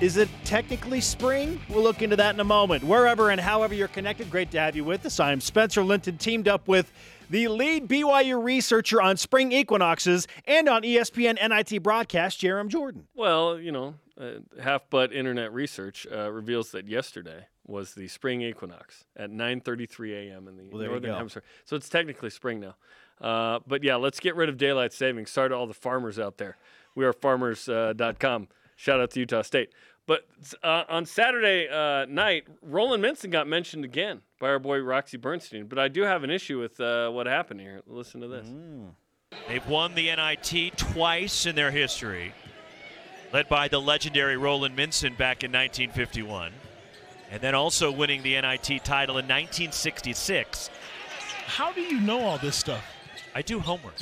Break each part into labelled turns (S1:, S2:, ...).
S1: Is it technically spring? We'll look into that in a moment. Wherever and however you're connected, great to have you with us. I'm Spencer Linton, teamed up with the lead BYU researcher on spring equinoxes and on E ESPN NIT broadcast, Jerem Jordan.
S2: Well, you know, uh, half butt internet research uh, reveals that yesterday was the spring equinox at 9:33 a.m. in the
S1: Well, there you
S2: northern
S1: go.
S2: hemisphere. So it's technically spring now. Uh, but yeah, let's get rid of daylight savings. Sorry to all the farmers out there. We are farmers.com. Shout out to Utah State. But uh, on Saturday uh, night, Roland Minson got mentioned again by our boy Roxy Bernstein. But I do have an issue with uh, what happened here. Listen to this.
S1: Mm.
S3: They've won the NIT twice in their history, led by the legendary Roland Minson back in 1951, and then also winning the NIT title in 1966.
S4: How do you know all this stuff?
S3: I do homework.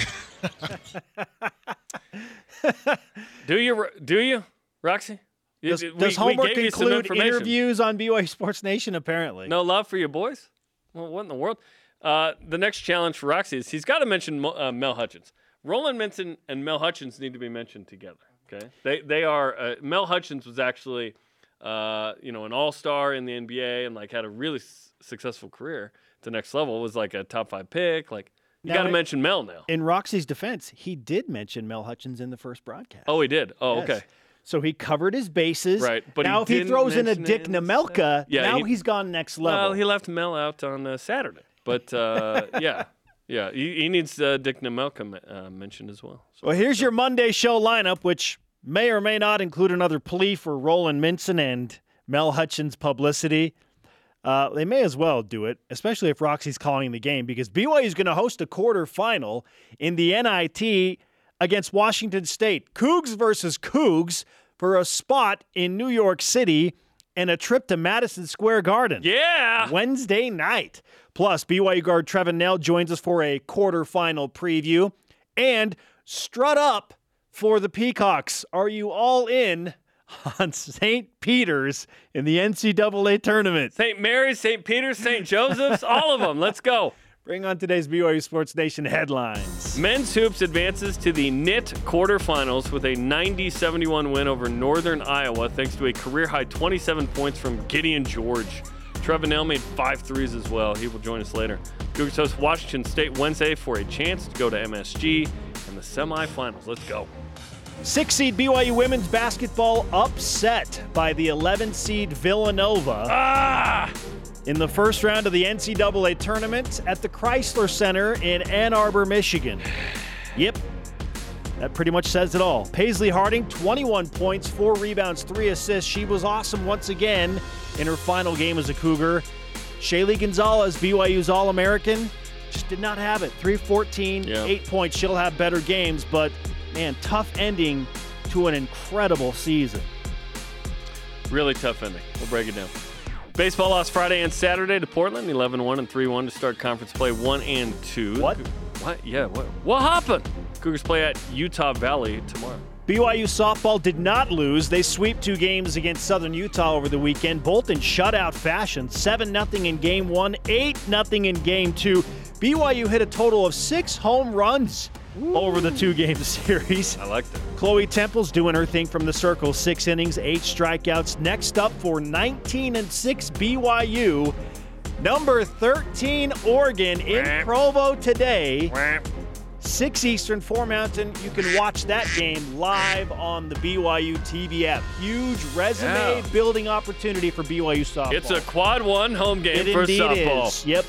S2: Do you? Ro- Do you, Roxy? You-
S1: Does,
S2: we-
S1: does
S2: we
S1: homework
S2: gave you some
S1: include
S2: information.
S1: interviews on BYU Sports Nation? Apparently,
S2: No love for your boys? Well, what in the world? Uh, the next challenge for Roxy is he's got to mention Mo- uh, Mel Hutchins. Roland Minson and Mel Hutchins need to be mentioned together. Okay, they they are. Uh, Mel Hutchins was actually, uh, you know, an all star in the NBA and like had a really s- successful career. To the next level was like a top five pick. Like you
S1: Now
S2: got to
S1: it-
S2: mention Mel now.
S1: In Roxy's defense, he did mention Mel Hutchins in the first broadcast.
S2: oh, he did. Oh,
S1: Yes.
S2: okay.
S1: So he covered his bases.
S2: Right, but
S1: now
S2: he
S1: if he
S2: didn't
S1: throws in a
S2: mention
S1: Dick
S2: it in the
S1: Namelka,
S2: sec- Yeah,
S1: now
S2: he-
S1: has gone next level.
S2: Well, he left Mel out on uh, Saturday, but uh, yeah, yeah, he, he needs uh, Dick Namelka uh, mentioned as well. So.
S1: Well, here's your Monday show lineup, which may or may not include another plea for Roland Minson and Mel Hutchins publicity. Uh, they may as well do it, especially if Roxy's calling the game, because BYU is going to host a quarterfinal in the NIT against Washington State. Cougs versus Cougs for a spot in New York City and a trip to Madison Square Garden.
S2: Yeah.
S1: Wednesday night. Plus, BYU guard Trevin Nell joins us for a quarterfinal preview. And strut up for the Peacocks. Are you all in on St. Peter's in the NCAA tournament?
S2: St. Mary's, St. Peter's, St. Joseph's, all of them. Let's go.
S1: Bring on today's BYU Sports Nation headlines.
S2: Men's Hoops advances to the NIT quarterfinals with a 90 71 win over Northern Iowa, thanks to a career high 27 points from Gideon George. Trevor Nell made five threes as well. He will join us later. Cougars host Washington State Wednesday for a chance to go to MSG in the semifinals. Let's go.
S1: Six seed BYU women's basketball upset by the 11 seed Villanova.
S2: Ah!
S1: in the first round of the NCAA tournament at the Chrysler Center in Ann Arbor, Michigan. Yep. That pretty much says it all. Paisley Harding, 21 points, four rebounds, three assists. She was awesome once again in her final game as a Cougar. Shaylee Gonzalez, BYU's All American, just did not have it. 314,
S2: Yeah.
S1: eight points. She'll have better games, but man, tough ending to an incredible season.
S2: Really tough ending. We'll break it down. Baseball lost Friday and Saturday to Portland, 11 1 and 3 1 to start conference play 1 and 2.
S1: What?
S2: What? Yeah, what? What happened? Cougars play at Utah Valley tomorrow.
S1: BYU softball did not lose. They sweep two games against Southern Utah over the weekend, both in shutout fashion 7 0 in game one, 8 0 in game two. BYU hit a total of six home runs over the two game series.
S2: I like that.
S1: Chloe Temple's doing her thing from the circle. Six innings, eight strikeouts. Next up for 19 and 6 BYU, number 13 Oregon in Provo today. 6 Eastern, 4 Mountain. You can watch that game live on the BYU TV app. Huge resume
S2: Yeah.
S1: building opportunity for BYU softball.
S2: It's a quad one home game
S1: it
S2: for
S1: indeed
S2: softball.
S1: is. Yep.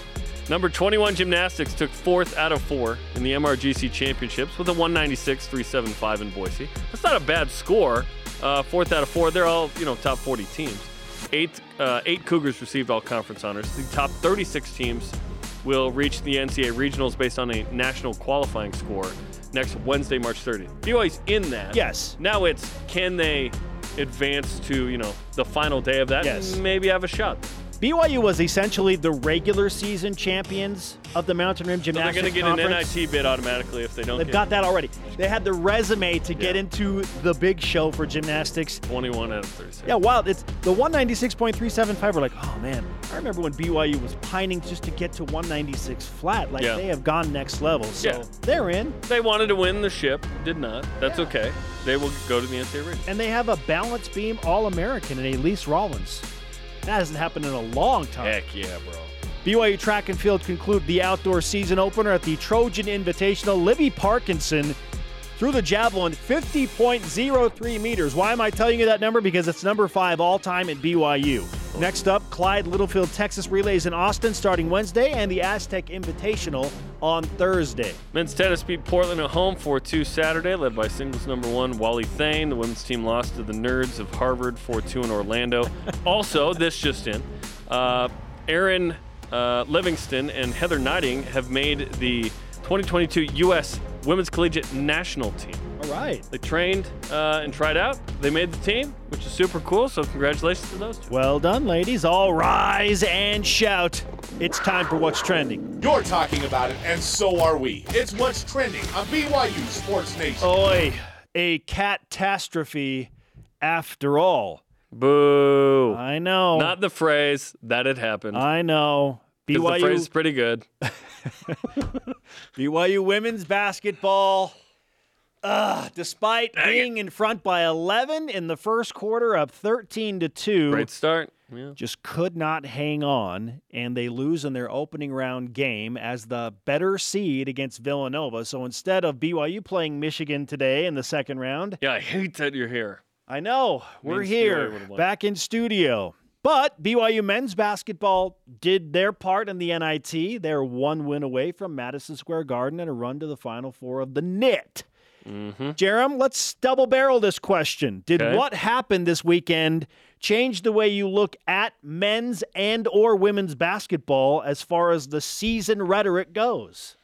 S2: Number 21 gymnastics took fourth out of four in the MRGC championships with a 196 375 in Boise. That's not a bad score. Uh, fourth out of four. They're all you know top 40 teams. Eight uh, eight Cougars received all conference honors. The top 36 teams will reach the NCAA regionals based on a national qualifying score next Wednesday, March 30th. BYU's in that.
S1: Yes.
S2: Now it's can they advance to you know the final day of that?
S1: Yes.
S2: Maybe have a shot.
S1: BYU was essentially the regular season champions of the Mountain Rim
S2: So they're
S1: Gymnastics
S2: going to get
S1: Conference.
S2: an NIT bid automatically if they don't.
S1: They've
S2: get
S1: got that already. They had the resume to get
S2: Yeah.
S1: into the big show for gymnastics.
S2: 21 out of 36.
S1: Yeah, wow. It's the 196.375. We're like, oh man, I remember when BYU was pining just to get to 196 flat. Like
S2: Yeah.
S1: they have gone next level. So
S2: Yeah.
S1: they're in,
S2: They wanted to win the ship, did not. That's okay. They will go to the NCAA regional.
S1: and they have a balance beam All American in Elise Rollins. That hasn't happened in a long time.
S2: Heck yeah, bro.
S1: BYU track and field conclude the outdoor season opener at the Trojan Invitational. Libby Parkinson threw the javelin 50.03 meters. Why am I telling you that number? Because it's number five all time at BYU. Next up, Clyde Littlefield Texas Relays in Austin starting Wednesday and the Aztec Invitational on Thursday.
S2: Men's tennis beat Portland at home 4 2 Saturday, led by singles number one Wally Thane. The women's team lost to the Nerds of Harvard 4 2 in Orlando. also, this just in, uh, Aaron uh, Livingston and Heather Knighting have made the 2022 U.S. Women's Collegiate National Team.
S1: All right.
S2: They trained uh, and tried out. They made the team, which is super cool. So, congratulations to those two.
S1: Well done, ladies. All rise and shout. It's time for what's trending.
S5: You're talking about it, and so are we. It's what's trending on BYU Sports Nation.
S1: Oi, a catastrophe after all.
S2: Boo.
S1: I know.
S2: Not the phrase that it happened.
S1: I know.
S2: 'cause
S1: BYU,
S2: the phrase is pretty good.
S1: BYU women's basketball. Ugh, despite being in front by 11 in the first quarter, up 13 to 2,
S2: Great start. Yeah.
S1: just could not hang on, and they lose in their opening round game as the better seed against Villanova. So instead of BYU playing Michigan today in the second round,
S2: Yeah, I hate that you're here.
S1: I know. We're
S2: Means BYU
S1: here
S2: would've won.
S1: back in studio. But BYU men's basketball did their part in the NIT. They're one win away from Madison Square Garden and a run to the Final Four of the NIT. Jerem, let's double barrel this question. Did
S2: Mm-hmm. Okay.
S1: what happened this weekend change the way you look at men's and or women's basketball as far as the season rhetoric goes?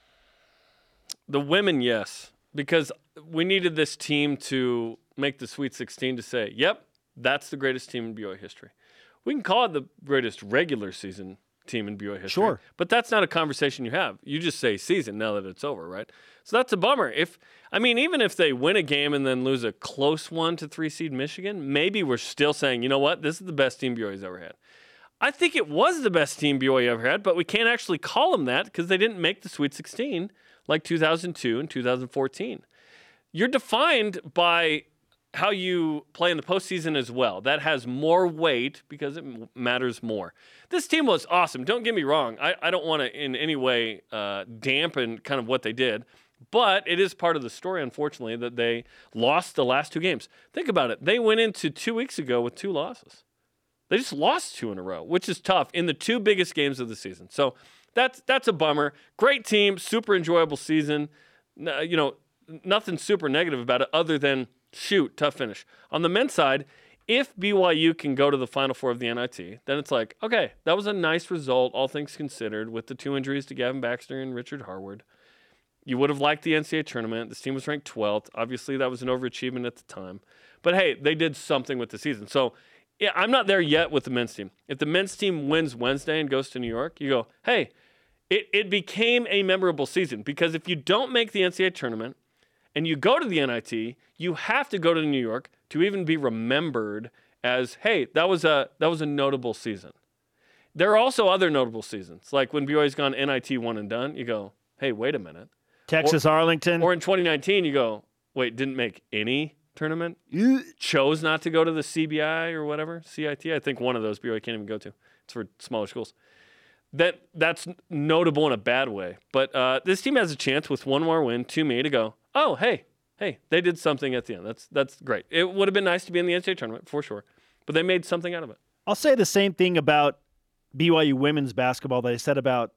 S2: The women, yes, because we needed this team to make the Sweet 16 to say, yep, that's the greatest team in BYU history. We can call it the greatest regular season team in BYU history.
S1: Sure.
S2: But that's not a conversation you have. You just say season now that it's over, right? So that's a bummer. If I mean, even if they win a game and then lose a close one to three seed Michigan, maybe we're still saying, you know what, this is the best team BYU's ever had. I think it was the best team BYU ever had, but we can't actually call them that because they didn't make the Sweet 16 like 2002 and 2014. You're defined by how you play in the postseason as well. That has more weight because it m- matters more. This team was awesome. Don't get me wrong. I, I don't want to in any way uh, dampen kind of what they did, but it is part of the story, unfortunately, that they lost the last two games. Think about it. They went into two weeks ago with two losses. They just lost two in a row, which is tough in the two biggest games of the season. So that's that's a bummer. Great team, super enjoyable season. N- uh, you know, nothing super negative about it other than shoot, tough finish. On the men's side, if BYU can go to the final four of the NIT, then it's like, okay, that was a nice result, all things considered, with the two injuries to Gavin Baxter and Richard Harward. You would have liked the NCAA tournament. This team was ranked 12th. Obviously, that was an overachievement at the time. But hey, they did something with the season. So yeah, I'm not there yet with the men's team. If the men's team wins Wednesday and goes to New York, you go, hey, it, it became a memorable season because if you don't make the NCAA tournament and you go to the NIT, you have to go to New York to even be remembered as, hey, that was a that was a notable season. There are also other notable seasons, like when BYU's gone NIT one and done. You go, hey, wait a minute.
S1: Texas Arlington.
S2: Or in 2019, you go, wait, didn't make any tournament? Chose not to go to the CBI or whatever, CIT. I think one of those BYU can't even go to. It's for smaller schools. That That's notable in a bad way. But uh, this team has a chance with one more win, two me to go, oh, hey, hey, they did something at the end. That's, that's great. It would have been nice to be in the NCAA tournament for sure, but they made something out of it.
S1: I'll say the same thing about BYU women's basketball that I said about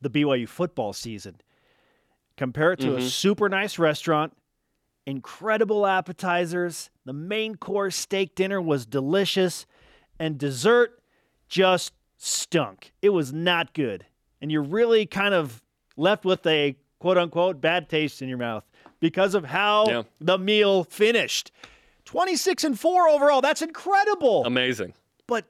S1: the BYU football season. Compare it to a super nice restaurant, incredible appetizers, the main course steak dinner was delicious, and dessert just stunk. It was not good. And you're really kind of left with a quote unquote bad taste in your mouth because of how
S2: Yeah.
S1: the meal finished. 26 and 4 overall. That's incredible
S2: Amazing.
S1: but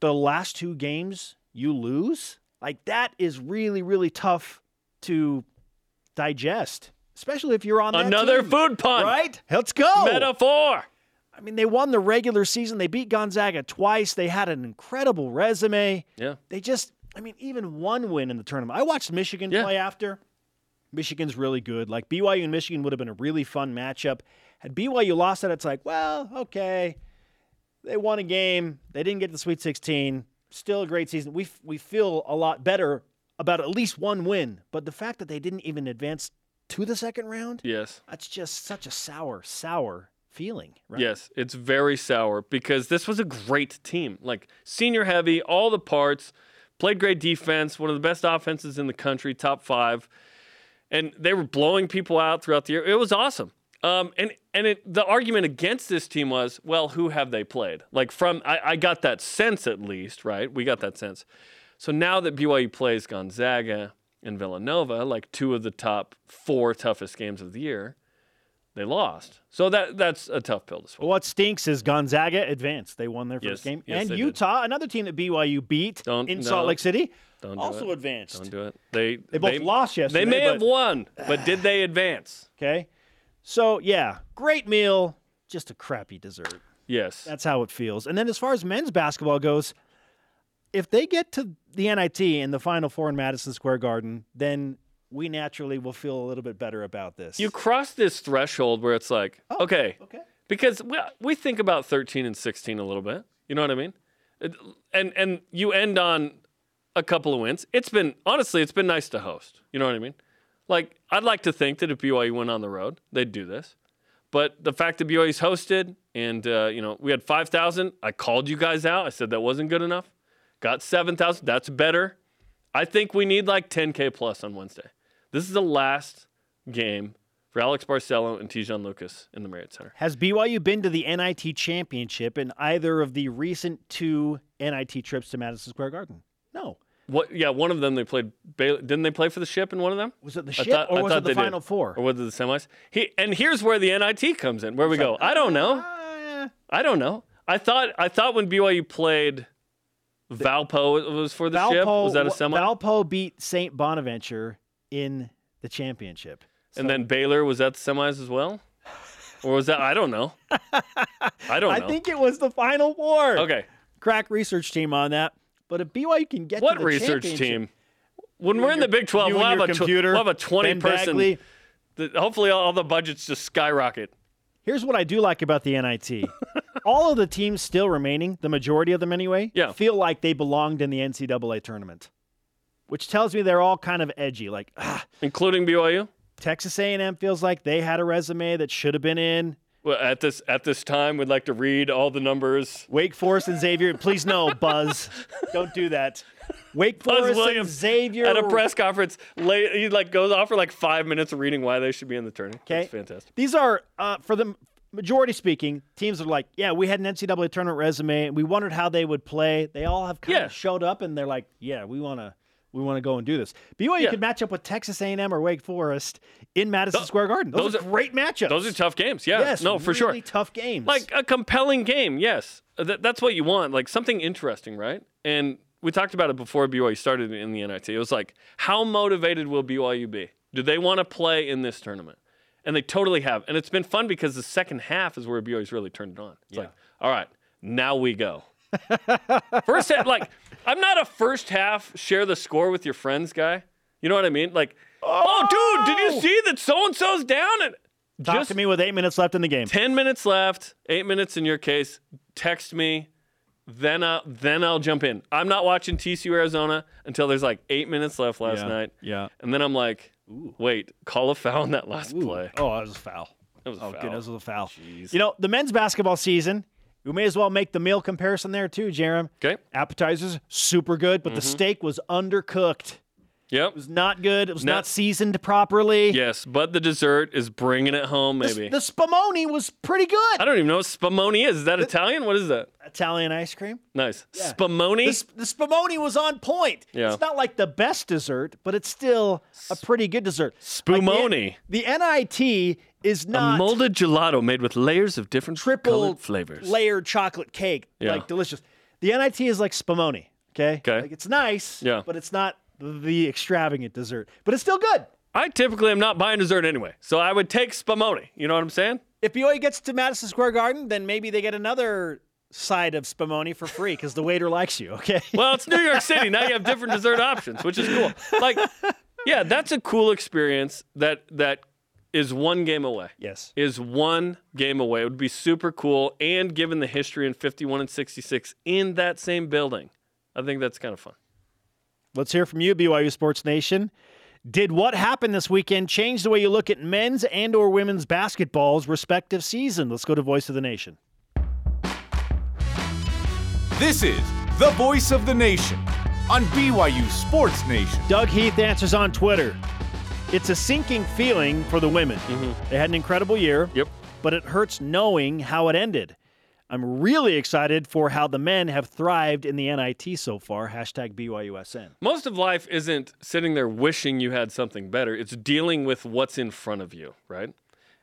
S1: the last two games you lose, like that is really, really tough to digest, especially if you're on that
S2: Another
S1: team,
S2: food pun.
S1: Right? Let's go.
S2: Metaphor.
S1: I mean, they won the regular season. They beat Gonzaga twice. They had an incredible resume.
S2: Yeah.
S1: They just, I mean, even one win in the tournament. I watched Michigan
S2: Yeah.
S1: play after. Michigan's really good. Like BYU and Michigan would have been a really fun matchup. Had BYU lost that, it's like, well, okay. They won a game. They didn't get to the Sweet 16. Still a great season. We, f- we feel a lot better about at least one win. But the fact that they didn't even advance to the second round,
S2: Yes.
S1: that's just such a sour, sour feeling, right?
S2: Yes, it's very sour because this was a great team. Like senior heavy, all the parts, played great defense, one of the best offenses in the country, top five, and they were blowing people out throughout the year. It was awesome. Um, and and it, the argument against this team was, well, who have they played? Like from I, I got that sense at least, right? We got that sense. So now that BYU plays Gonzaga and Villanova, like two of the top four toughest games of the year, they lost. So that that's a tough pill to swallow.
S1: What stinks is Gonzaga advanced. They won their first
S2: Yes,
S1: game.
S2: yes,
S1: and
S2: they did.
S1: Utah, another team that BYU beat
S2: Don't-
S1: in
S2: no.
S1: Salt Lake City,
S2: Don't do
S1: also
S2: it.
S1: advanced.
S2: Don't do it. They
S1: They both lost yesterday,
S2: They may
S1: but-
S2: have won, but did they advance?
S1: Okay. So, yeah, great meal, just a crappy dessert.
S2: Yes.
S1: That's how it feels. And then as far as men's basketball goes, if they get to the NIT in the Final Four in Madison Square Garden, then we naturally will feel a little bit better about this.
S2: you cross this threshold where it's like, okay,
S1: Oh, okay.
S2: because we, we think about 13 and 16 a little bit. You know what I mean? It- and and you end on a couple of wins. It's been honestly, it's been nice to host. You know what I mean? Like I'd like to think that if BYU went on the road, they'd do this. But the fact that BYU's hosted, and uh, you know, we had 5,000. I called you guys out. I said that wasn't good enough. Got 7,000. That's better. I think we need like 10K plus on Wednesday. This is the last game for Alex Barcelo and Tijon Lucas in the Marriott Center.
S1: Has BYU been to the NIT championship in either of the recent two NIT trips to Madison Square Garden? No.
S2: What? Yeah, one of them they played. Baylor, didn't they play for the ship in one of them?
S1: Was it the
S2: I
S1: ship
S2: thought-
S1: or
S2: I
S1: was
S2: thought
S1: it the
S2: they did.
S1: Final Four?
S2: Or was it the semis? He, and here's where the NIT comes in. Where we go? I don't know.
S1: Uh,
S2: I don't know. I thought I thought when BYU played Valpo, it was for the ship. Was that a semi?
S1: Valpo beat St. Bonaventure in the championship.
S2: and then Baylor was that the semis as well, or was that I don't know. I don't
S1: I
S2: know.
S1: think it was the Final Four.
S2: okay,
S1: Crack research team on that. But if BYU can get
S2: what
S1: to the
S2: research
S1: championship-
S2: team? When we're in the Big Twelve,
S1: you
S2: we'll
S1: and
S2: have,
S1: your
S2: a tw-
S1: computer,
S2: we'll have a
S1: Ben
S2: twenty-person.
S1: Bagley.
S2: hopefully, all the budgets just skyrocket.
S1: Here's what I do like about the NIT. All of the teams still remaining, the majority of them anyway,
S2: Yeah.
S1: feel like they belonged in the NCAA tournament, which tells me they're all kind of edgy. Like, ah,
S2: including BYU.
S1: Texas A&M feels like they had a resume that should have been in.
S2: Well, at this at this time, we'd like to read all the numbers.
S1: Wake Forest and Xavier, please no, Buzz, don't do that. Wake
S2: Buzz
S1: Forest and
S2: Williams
S1: Xavier
S2: At a press conference, late, he like goes off for like five minutes of reading why they should be in the tournament.
S1: Okay,
S2: It's fantastic.
S1: These are uh, for the majority speaking teams are like, yeah, we had an NCAA tournament resume, and we wondered how they would play. They all have kind
S2: Yeah.
S1: of showed up, and they're like, yeah, we want to. We want to go and do this. BYU
S2: Yeah.
S1: could match up with Texas A&M or Wake Forest in Madison
S2: Tho-
S1: Square Garden. Those,
S2: those
S1: are,
S2: are-
S1: great matchups.
S2: Those are tough games. Yeah.
S1: Yes,
S2: no, for
S1: really
S2: sure.
S1: Tough games.
S2: Like a compelling game. Yes, Th- that's what you want. Like something interesting, right? And we talked about it before BYU started in the NIT. It was like, how motivated will BYU be? Do they want to play in this tournament? And they totally have. And it's been fun because the second half is where BYU's really turned it on. It's like, all right, now we go. First half, like I'm not a first half share the score with your friends guy. You know what I mean? Like, oh, dude, did you see that so and so's down? And
S1: talk
S2: just
S1: to me with eight minutes left in the game.
S2: 10 minutes left, eight minutes in your case. Text me, then I'll, then I'll jump in. I'm not watching TCU Arizona until there's like eight minutes left last
S1: Yeah,
S2: night.
S1: yeah.
S2: And then I'm like, wait, call a foul on that last play.
S1: Oh, that was a foul.
S2: That was a
S1: oh,
S2: foul.
S1: goodness, that was a foul. You know, the men's basketball season. We may as well make the meal comparison there too, Jerem.
S2: Okay.
S1: appetizers super good but the
S2: Mm-hmm.
S1: steak was undercooked it
S2: Yep.
S1: was not good it was
S2: No.
S1: not seasoned properly
S2: Yes, but the dessert is bringing it home,
S1: the, s-
S2: maybe.
S1: the spumoni was pretty good
S2: I don't even know what spumoni is. Is that Italian? What is that?
S1: italian ice cream
S2: Nice. Spumoni?
S1: the, s- the spumoni was on point
S2: Yeah.
S1: it's not like the best dessert but it's still a pretty good dessert Like,
S2: Spumoni.
S1: the, the nit is
S2: a
S1: not
S2: molded gelato made with layers of different
S1: triple
S2: colored flavors.
S1: layered chocolate cake
S2: Yeah.
S1: like delicious The NIT is like spumoni. Okay.
S2: 'Kay.
S1: Like it's nice.
S2: Yeah.
S1: But it's not the extravagant dessert. But it's still good.
S2: I typically am not buying dessert anyway, so I would take spumoni. You know what I'm saying?
S1: If BYU gets to Madison Square Garden, then maybe they get another side of spumoni for free because the waiter likes you. Okay.
S2: Well, it's New York City. Now you have different dessert options, which is cool. Like, yeah, that's a cool experience that that is one game away.
S1: Yes.
S2: Is one game away. It would be super cool. And given the history in 51 and 66 in that same building, I think that's kind of fun.
S1: Let's hear from you, BYU Sports Nation. Did what happened this weekend change the way you look at men's and or women's basketball's respective season? Let's go to Voice of the Nation.
S5: This is the voice of the nation on BYU Sports Nation.
S1: Doug Heath answers on Twitter. It's a sinking feeling for the women. They had an incredible year.
S2: Mm-hmm. Yep.
S1: But it hurts knowing how it ended. I'm really excited for how the men have thrived in the NIT so far. Hashtag BYUSN.
S2: Most of life isn't sitting there wishing you had something better. It's dealing with what's in front of you, right?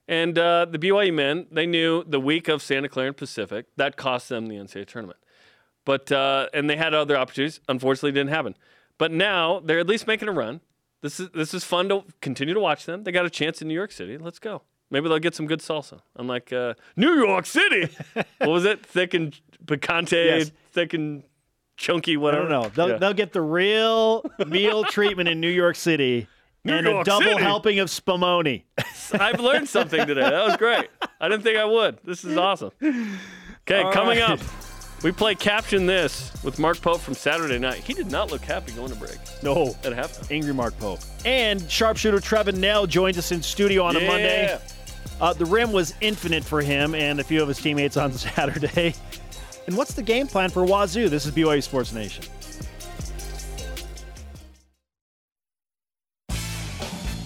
S2: And uh, the BYU men, they knew the week of Santa Clara and Pacific, that cost them the NCAA tournament. But uh, and they had other opportunities. Unfortunately, it didn't happen. But now they're at least making a run. This is this is fun to continue to watch them. They got a chance in New York City. Let's go. Maybe they'll get some good salsa. I'm like uh, New York City. what was it? Thick and picante.
S1: Yes.
S2: Thick and chunky.
S1: I
S2: Whatever.
S1: don't know. They'll,
S2: Yeah.
S1: they'll get the real meal treatment in New York City and a
S2: York
S1: double
S2: City.
S1: helping of spumoni.
S2: I've learned something today. That was great. I didn't think I would. This is awesome. Okay, coming up, we play Caption This with Mark Pope from Saturday night. He did not look happy going to break
S1: No.
S2: at halftime.
S1: Angry Mark Pope. And sharpshooter Trevin Nell joins us in studio on a
S2: Yeah.
S1: Monday. Uh, the rim was infinite for him and a few of his teammates on Saturday. And what's the game plan for Wazoo? This is BYU Sports Nation.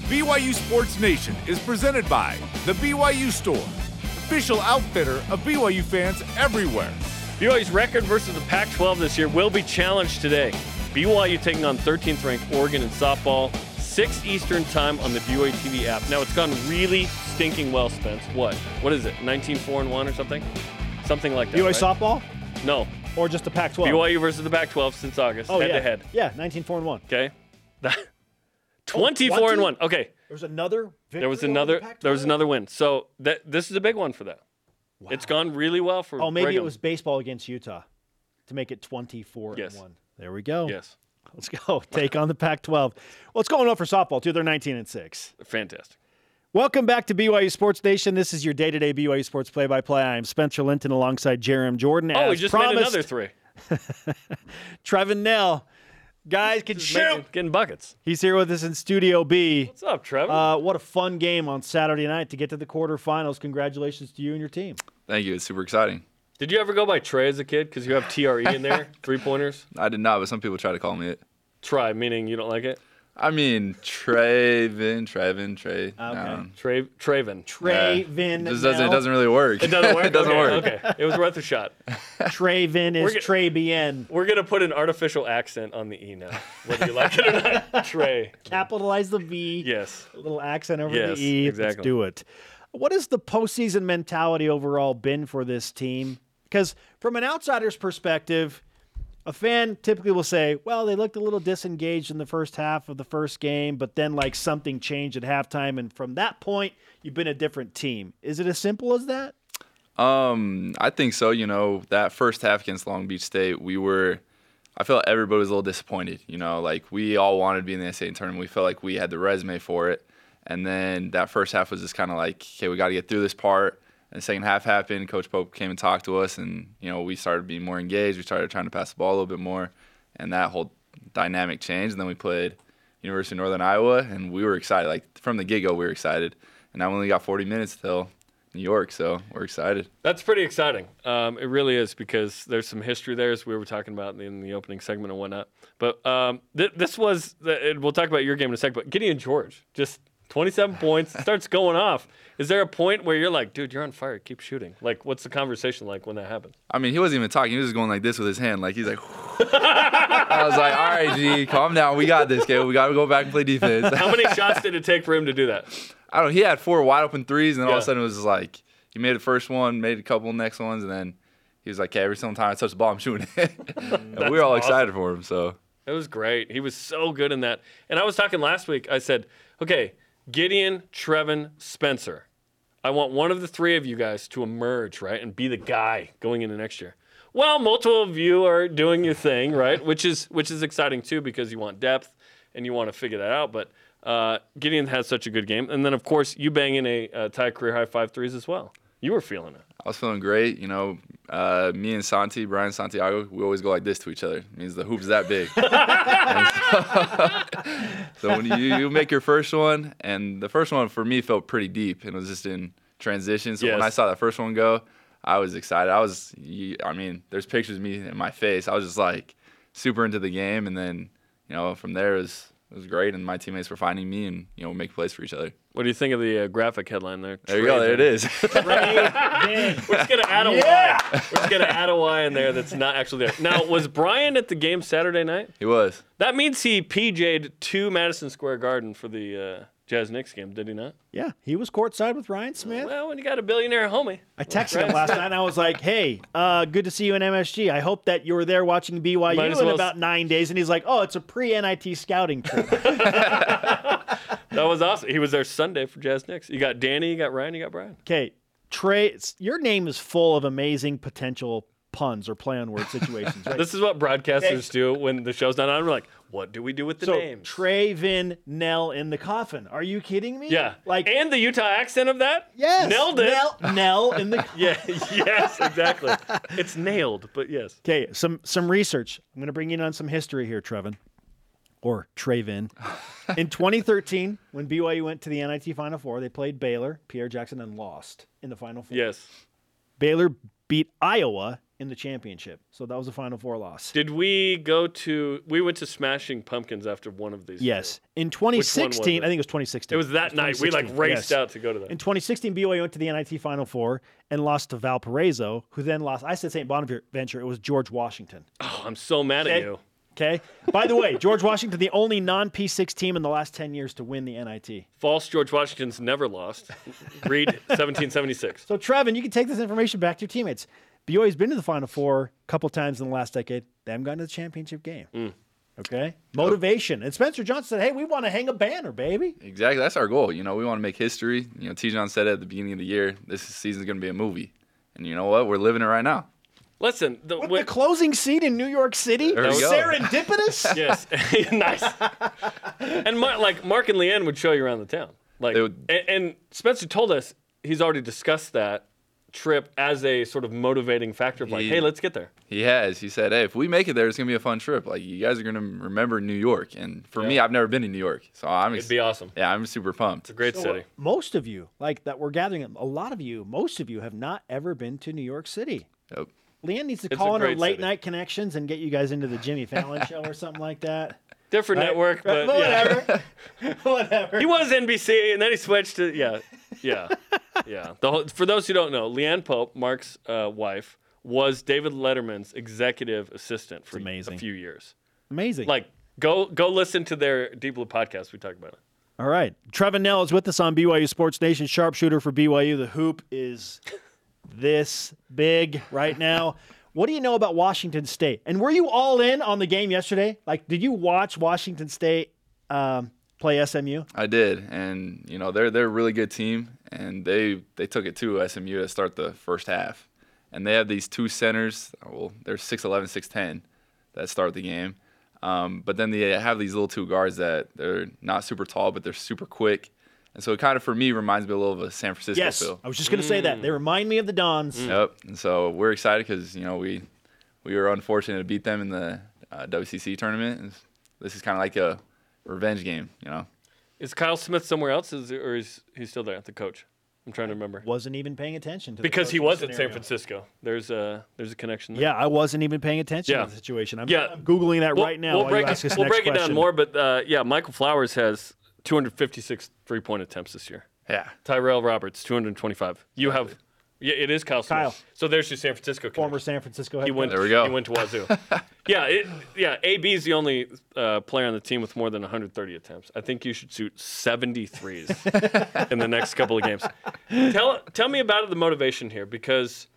S5: BYU Sports Nation is presented by The BYU Store, official outfitter of BYU fans everywhere.
S2: BYU's record versus the Pac 12 this year will be challenged today. BYU taking on 13th ranked Oregon in softball, 6 Eastern time on the BYU TV app. Now, it's gone really stinking well, Spence. What? What is it? 19 4 and 1 or something? Something like that.
S1: BYU
S2: right?
S1: softball
S2: No.
S1: or just the Pac 12?
S2: BYU versus the Pac 12 since August,
S1: oh,
S2: head
S1: yeah.
S2: to head.
S1: Yeah, 19 4 and 1.
S2: Okay.
S1: Oh,
S2: That- 24 and 1. Okay.
S1: There's another victory
S2: There was
S1: over
S2: another
S1: the Pac-12?
S2: there was another win. So that this is a big one for them. It's gone really well for
S1: Oh, maybe it
S2: Brigham.
S1: was baseball against Utah to make it 24
S2: Yes.
S1: and 1. There we go.
S2: Yes.
S1: Let's go. Take on the Pac 12. Well, it's going well for softball, too. They're 19 and 6.
S2: Fantastic.
S1: Welcome back to BYU Sports Nation. This is your day-to-day BYU Sports play-by-play. I'm Spencer Linton alongside Jerem Jordan.
S2: Oh,
S1: As
S2: he just
S1: promised,
S2: made another 3.
S1: Trevin Nell. Guys can
S2: Just
S1: shoot.
S2: making- getting buckets.
S1: He's here with us in Studio B.
S2: What's up, Trevor?
S1: Uh, what a fun game on Saturday night to get to the quarterfinals. Congratulations to you and your team.
S6: Thank you. It's super exciting.
S2: Did you ever go by Trey as a kid cuz you have TRE in there, three-pointers?
S6: I did not, but some people try to call me it.
S2: Try meaning you don't like it.
S6: I mean, Trayvon, Trayvon, Trey.
S2: Trey Traven.
S1: Trayvon
S6: um, This doesn't. It
S1: Nell.
S6: doesn't really work.
S2: It doesn't work.
S6: it doesn't
S2: okay,
S6: work.
S2: Okay. It was worth a shot.
S1: Trayvon
S2: We're
S1: is
S2: get-
S1: Trey Bien.
S2: We're going to put an artificial accent on the E now, whether you like it or not. Trey.
S1: Capitalize the V.
S2: Yes.
S1: A little accent over
S2: Yes,
S1: the E. Let's
S2: exactly.
S1: do it. What has the postseason mentality overall been for this team? Because from an outsider's perspective, a fan typically will say, well, they looked a little disengaged in the first half of the first game, but then like something changed at halftime. And from that point, you've been a different team. Is it as simple as that?
S6: Um, I think so. You know, that first half against Long Beach State, we were. I felt everybody was a little disappointed. You know, like we all wanted to be in the NCAA tournament. We felt like we had the resume for it. And then that first half was just kind of like, okay, we got to get through this part. And the second half happened. Coach Pope came and talked to us, and you know, we started being more engaged. We started trying to pass the ball a little bit more, and that whole dynamic changed. And then we played University of Northern Iowa, and we were excited. Like from the get go, we were excited. And now we only got 40 minutes till New York, so we're excited.
S2: That's pretty exciting. Um, it really is because there's some history there, as we were talking about in the opening segment and whatnot. But um, th- this was, the, and we'll talk about your game in a second, but Gideon George, just 27 points, starts going off. Is there a point where you're like, dude, you're on fire, keep shooting? Like, what's the conversation like when that happens?
S6: I mean, he wasn't even talking. He was just going like this with his hand. Like, he's like, I was like, all right, G, calm down. We got this, okay? We got to go back and play defense.
S2: How many shots did it take for him to do that?
S6: I don't know. He had four wide open threes, and then all
S2: Yeah.
S6: of a sudden it was just like, he made the first one, made a couple next ones, and then He was like, "Okay, every single time I touch the ball, I'm shooting it." and we were all excited for him. So
S2: It was great. He was so good in that. And I was talking last week. I said, okay, Gideon, Trevin, Spencer. I want one of the three of you guys to emerge, right, and be the guy going into next year. Well, multiple of you are doing your thing, right, which is which is exciting too because you want depth and you want to figure that out. But uh, Gideon had such a good game, and then of course you bang in a uh, tie career high five threes as well. You were feeling it.
S6: I was feeling great. You know, uh, me and Santi, Brian Santiago, we always go like this to each other. It means the hoop's that big. And so, so when you, you make your first one, and the first one for me felt pretty deep and it was just in transition. So when
S2: Yes.
S6: I saw that first one go, I was excited. I was, you- I mean, there's pictures of me in my face. I was just like super into the game. And then, you know, from there it was, it was great. And my teammates were finding me and, you know, make plays for each other.
S2: What do you think of the uh, graphic headline there?
S6: There you go. There it is.
S2: We're just gonna add a Y. We're just gonna add a Y in there that's not actually there. Now, was Brian at the game Saturday night?
S6: he was.
S2: That means he PJ'd to Madison Square Garden for the uh, Jazz Knicks game, did he not?
S1: Yeah, he was courtside with Ryan Smith.
S2: Well, when you got a billionaire homie,
S1: I texted him last night and I was like, hey, uh, good to see you in MSG. I hope that you were there watching BYU
S2: Might as
S1: in
S2: well-
S1: about nine days. And he's like, oh, it's a pre NIT scouting trip.
S2: that was awesome. He was there Sunday for Jazz Knicks. You got Danny, you got Ryan, you got Brian.
S1: Okay, Trey, it's- your name is full of amazing potential puns or play on word situations, right?
S2: This is what broadcasters do when the show's not on. We're like, what do we do with the
S1: so
S2: names?
S1: Trayvin Nell in the coffin. Are you kidding me?
S2: yeah,
S1: like
S2: and the Utah accent of that.
S1: yes,
S2: nailed it.
S1: Nell, Nell in the coffin.
S2: yeah, yes, exactly. it's nailed, but yes.
S1: Okay, some some research. I'm going to bring you in on some history here, Trevin, or Trayvin. In 2013, when BYU went to the NIT Final Four, they played Baylor, Pierre Jackson, and lost in the Final Four.
S2: Yes.
S1: Baylor beat Iowa in the championship, so that was a Final Four loss.
S2: Did we go to? We went to Smashing Pumpkins after one of these.
S1: Yes.
S2: two.
S1: In
S2: was
S1: 2016,
S2: it?
S1: I think it was 2016.
S2: it was that night. We like
S1: 2016,
S2: raced
S1: yes.
S2: out to go to that.
S1: In 2016, BYU went to the NIT Final Four and lost to Valparaiso, who then lost. I said St. Bonaventure. It was George Washington.
S2: oh, I'm so mad at
S1: Okay.
S2: you.
S1: Okay. By the way, George Washington, the only non P6 team in the last 10 years to win the NIT.
S2: False. George Washington's never lost. Read 1776.
S1: So, Trevin, you can take this information back to your teammates. BYU's been to the Final Four a couple times in the last decade. They haven't gotten to the championship game.
S2: Mm.
S1: Okay. Motivation. And Spencer Johnson said, hey, we want to hang a banner, baby.
S6: Exactly. That's our goal. You know, we want to make history. You know, T. John said at the beginning of the year, this season's going to be a movie. And you know what? We're living it right now.
S2: Listen, the,
S1: With
S2: when-
S1: the closing seat in New York City,
S6: There you go.
S1: serendipitous.
S2: yes, nice. and Mar- like Mark and Leanne would show you around the town. Like,
S6: They would-
S2: and, and Spencer told us he's already discussed that trip as a sort of motivating factor of like,
S6: He-
S2: hey, let's get there.
S6: He has. He said, hey, if we make it there, it's going to be a fun trip. Like, you guys are going to remember New York. And for me, I've never been to New York. So I'm ex-
S2: It'd be awesome.
S6: Yeah, I'm super pumped.
S2: It's a great city.
S1: Most of you, like that we're gathering, a lot of you, most of you have not ever been to New York City.
S6: Yep.
S1: Leanne needs to
S2: It's
S1: call
S2: a
S1: in her
S2: great
S1: late
S2: city.
S1: night connections and get you guys into the Jimmy Fallon show or something like that.
S2: Different network, but
S1: Right,
S2: yeah.
S1: whatever. whatever.
S2: He was NBC, and then he switched to yeah, yeah, yeah. The whole, for those who don't know, Leanne Pope, Mark's uh, wife, was David Letterman's executive assistant for
S1: amazing.
S2: a few years.
S1: Amazing.
S2: Like, go go listen to their Deep Blue podcast. We talk about it.
S1: All right. Trevin Nell is with us on BYU Sports Nation, sharpshooter for BYU. The hoop is this big right now. What do you know about Washington State? And were you all in on the game yesterday? Like, did you watch Washington State um, play SMU?
S6: I did. And, you know, they're, they're a really good team. And they, they took it to SMU to start the first half. And they have these two centers. Well, they're 6'11, 6'10 that start the game. Um, but then they have these little two guards that they're not super tall, but they're super quick. And so it kind of, for me, reminds me a little of a San Francisco
S1: Yes.
S6: feel.
S1: I was just going to say that.
S2: Mm.
S1: They remind me of the Dons.
S6: Yep. And so we're excited because, you know, we we were unfortunate to beat them in the uh, WCC tournament. And this is kind of like a revenge game, you know.
S2: Is Kyle Smith somewhere else, is, or is he still there? The coach. I'm trying to remember
S1: Wasn't even paying attention to the
S2: because he
S1: coaching
S2: was at San
S1: scenario.
S2: Francisco. There's a there's a connection. There.
S1: Yeah, I wasn't even paying attention
S2: Yeah.
S1: to the situation. I'm,
S2: Yeah.
S1: I'm Googling that
S2: We'll-
S1: right now
S2: We'll
S1: while
S2: break,
S1: you ask
S2: it,
S1: this
S2: we'll
S1: next
S2: break it down
S1: question.
S2: more, but uh, yeah, Michael Flowers has 256 three point attempts this year.
S6: Yeah.
S2: Tyrell Roberts, 225. You have, yeah, it is Kyle Smith.
S1: Kyle.
S2: So there's your San Francisco
S1: Former
S2: connection.
S1: San Francisco head
S2: He went.
S1: coach.
S6: There we go.
S2: He went to Wazoo. yeah, it, yeah. AB is the only uh, player on the team with more than 130 attempts. I think you should shoot 73s in the next couple of games. Tell tell me about the motivation here because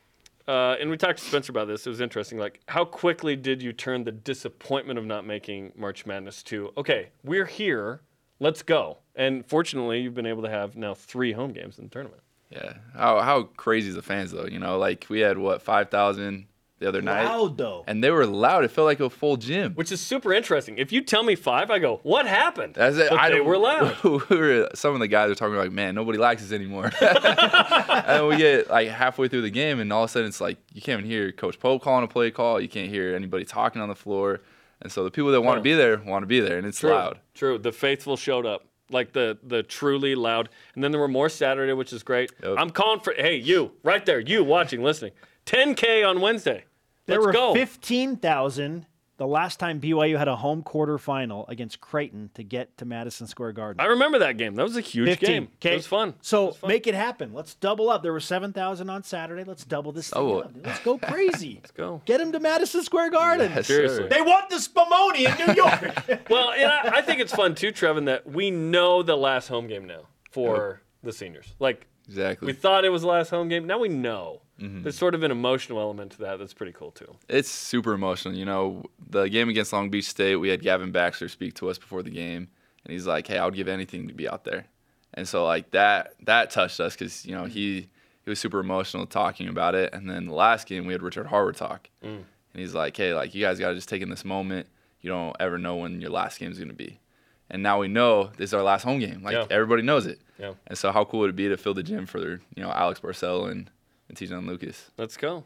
S2: uh, and we talked to Spencer about this. It was interesting. Like, how quickly did you turn the disappointment of not making March Madness to, okay, we're here, let's go? And fortunately, you've been able to have now three home games in the tournament.
S6: Yeah. How how crazy is the fans though? You know, like we had what five thousand the other night.
S1: Loud, though.
S6: And they were loud. It felt like a full gym.
S2: Which is super interesting. If you tell me five, I go, what happened?
S6: That's it.
S2: But
S6: I
S2: they
S6: don't-
S2: were loud.
S6: we were- some of the guys are talking like, man, nobody likes us anymore. and we get like halfway through the game, and all of a sudden it's like you can't even hear Coach Pope calling a play call. You can't hear anybody talking on the floor. And so the people that want to be there want to be there, and it's
S2: True.
S6: loud.
S2: True. The faithful showed up. Like the the truly loud. And then there were more Saturday, which is great.
S6: Yep.
S2: I'm calling for hey, you, right there, you watching, listening. 10K on Wednesday.
S1: There
S2: Let's
S1: were
S2: go.
S1: 15,000 the last time BYU had a home quarterfinal against Creighton to get to Madison Square Garden.
S2: I remember that game. That was a huge
S1: 15,
S2: game.
S1: okay?
S2: It was fun.
S1: So make it happen. Let's double up. There were 7,000 on Saturday. Let's double this thing
S6: Double
S1: up.
S6: it.
S1: dude. Let's go crazy. Let's
S2: go.
S1: Get him to Madison Square Garden.
S6: Yes,
S2: Seriously.
S6: sir.
S1: They want the Spumoni in New York.
S2: Well, and I, I think it's fun too, Trevin, that we know the last home game now for the seniors. Like we
S6: Exactly. Mm-hmm.
S2: thought it was the last home game. Now we know. There's sort of an emotional element to that that's pretty cool too.
S6: it's super emotional. You know, the game against Long Beach State, we had Gavin Baxter speak to us before the game, and he's like, "Hey, I would give anything to be out there." And so like that that touched us because you know
S2: Mm.
S6: he he was super emotional talking about it. And then the last game we had Richard Harwood talk,
S2: Mm.
S6: and he's like, "Hey, like you guys gotta just take in this moment. You don't ever know when your last game's gonna be." And now we know this is our last home game. Like
S2: Yeah.
S6: everybody knows it.
S2: Yeah.
S6: And so how cool would it be to fill the gym for you know Alex Barcel and and Tijon Lucas?
S2: Let's go.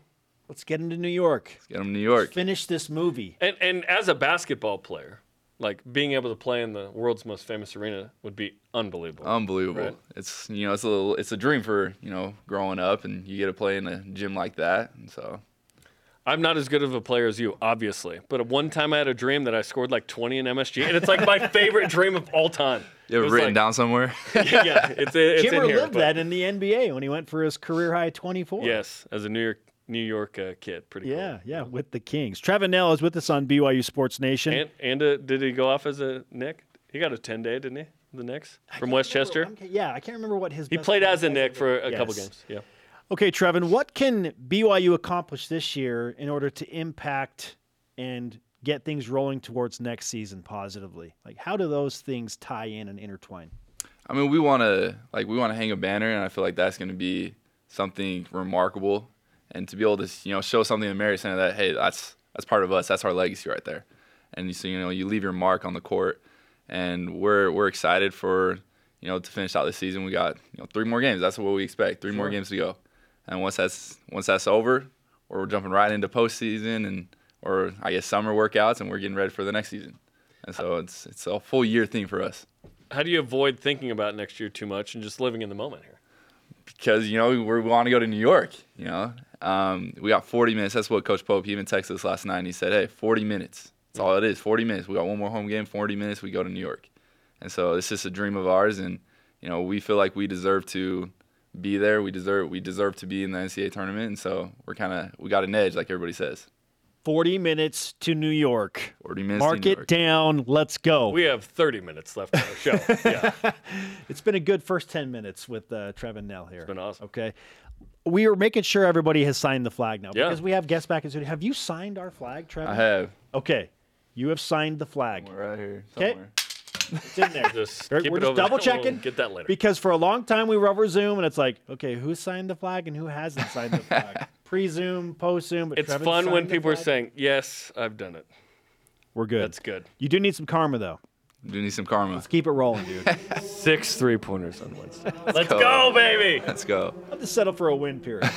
S1: Let's get him to New York.
S6: Get them to New York.
S1: Finish this movie.
S2: And and as a basketball player, like being able to play in the world's most famous arena would be unbelievable.
S6: unbelievable.
S2: Right.
S6: It's you know it's a little, it's a dream for you know growing up and you get to play in a gym like that and so
S2: I'm not as good of a player as you, obviously, but at one time I had a dream that I scored like 20 in MSG, and it's like my favorite dream of all time.
S6: you
S2: It
S6: have it
S2: was
S6: written
S2: like-
S6: down somewhere.
S2: yeah, it's, it's in
S1: Jimmer
S2: here.
S1: lived
S2: but-
S1: that in the NBA when he went for his career high 24.
S2: Yes, as a New York New York uh, kid, pretty cool.
S1: Yeah, yeah, with the Kings. Trevor Nell is with us on BYU Sports Nation.
S2: And, and uh, did he go off as a Nick? He got a 10 day, didn't he? The Knicks from Westchester.
S1: I'm ca- yeah, I can't remember what his.
S2: He
S1: best
S2: played
S1: player
S2: as a
S1: was.
S2: Nick for a couple
S1: Yes.
S2: games. Yeah.
S1: Okay, Trevin, what can BYU accomplish this year in order to impact and get things rolling towards next season positively? Like, how do those things tie in and intertwine?
S6: I mean we want to like we want to hang a banner and I feel like that's going to be something remarkable and to be able to you know show something in Mary Center that hey that's that's part of us that's our legacy right there and you so you know you leave your mark on the court and we're we're excited for you know to finish out the season we got you know three more games that's what we expect three more games to go and once that's once that's over we're jumping right into postseason and or I guess summer workouts and we're getting ready for the next season and so it's it's a full year thing for us.
S2: How do you avoid thinking about next year too much and just living in the moment here?
S6: because you know we're, we want to go to New York. You know, um, we got 40 minutes. That's what Coach Pope he even texted us last night. and He said, "Hey, 40 minutes. That's all it is. 40 minutes. We got one more home game. 40 minutes. We go to New York." And so it's just a dream of ours, and you know we feel like we deserve to be there. We deserve we deserve to be in the NCAA tournament, and so we're kind of we got an edge, like everybody says.
S1: 40 minutes to New York.
S6: 40 minutes. to
S1: Mark
S6: New
S1: it
S6: York.
S1: down. Let's go.
S2: We have 30 minutes left on our show. Yeah, it's
S1: It's been a good first 10 minutes with uh, Trevin Nell here.
S2: been awesome.
S1: Okay. We are making sure everybody has signed the flag now
S2: Yeah.
S1: because we have guests back in studio. Have you signed our flag, Trevin?
S6: I have
S1: Okay. You have signed the flag.
S6: right here.
S1: Okay.
S6: Somewhere.
S1: It's in there.
S2: Just
S1: We're-
S2: keep
S1: we're
S2: it
S1: just
S2: over there.
S1: double checking.
S2: We'll get that later.
S1: Because for a long time we were over Zoom, and it's like, okay, who signed the flag and who hasn't signed the flag? Pre Zoom, post Zoom.
S2: It's fun when people are saying, "Yes, I've done it."
S1: we're good.
S2: That's good.
S1: You do need some karma though.
S6: Do need some karma.
S1: Keep it rolling, dude. I
S2: Six three pointers on Wednesday. Let's,
S6: go.
S2: go, baby.
S6: Let's go.
S1: have to settle for a win period.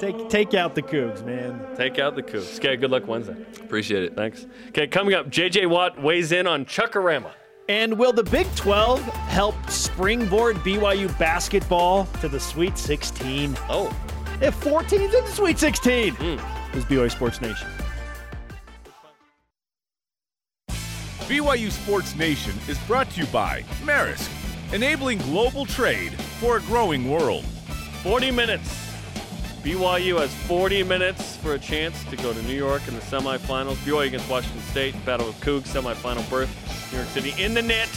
S1: take take out the Cougs, man.
S2: Take out the coups. Okay, good luck Wednesday.
S6: Appreciate it.
S2: Thanks. Okay, coming up, JJ Watt weighs in on Chuckarama.
S1: And will the Big 12 help springboard BYU basketball to the Sweet 16?
S2: Oh, Hmm.
S1: If four teams in the Sweet 16 is BYU Sports Nation.
S5: BYU Sports Nation is brought to you by Marisk, enabling global trade for a growing world.
S2: 40 minutes. BYU has 40 minutes for a chance to go to New York in the semifinals. BYU against Washington State, Battle of Cougs, semifinal berth. New York City in the net.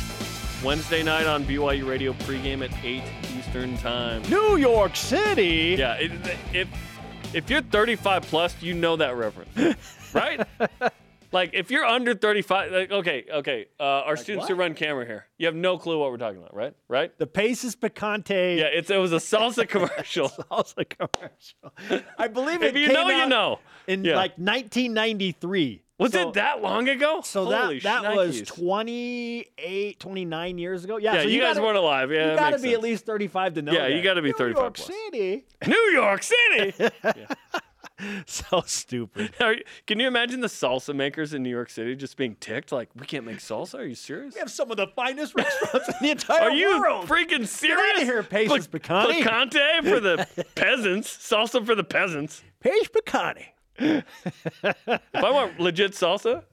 S2: Wednesday night on BYU Radio pregame at 8 Eastern Time.
S1: New York City.
S2: Yeah, it, if if you're 35 plus, you know that reference, right? like if you're under 35, like okay, okay, uh, our students who run camera here, you have no clue what we're talking about, right? Right?
S1: The Paces Picante
S2: Yeah, it's it was a salsa commercial.
S1: salsa commercial. I believe it
S2: if you
S1: came
S2: know, you
S1: out
S2: know.
S1: in
S2: Yeah.
S1: like 1993.
S2: Was
S1: So-
S2: it that long ago?
S1: So
S2: Holy
S1: that that was
S2: shnikes.
S1: 28, 29 years ago. Yeah,
S2: yeah,
S1: so
S2: you, guys
S1: gotta,
S2: weren't alive. Yeah,
S1: You
S2: that
S1: got to
S2: makes
S1: be
S2: sense.
S1: at least 35 to know.
S2: Yeah, you
S1: that.
S2: gotta be 35
S1: New York
S2: plus.
S1: City.
S2: New York City.
S1: so stupid.
S2: Are you- Can you imagine the salsa makers in New York City just being ticked? Like, we can't make salsa? Are you serious?
S1: We have some of the finest restaurants in the entire
S2: Are you
S1: world.
S2: freaking serious?
S1: outta here, Patience
S2: Pic-
S1: Picante.
S2: Picante for the peasants. Salsa for the peasants.
S1: Paige Picante.
S2: If I want legit salsa,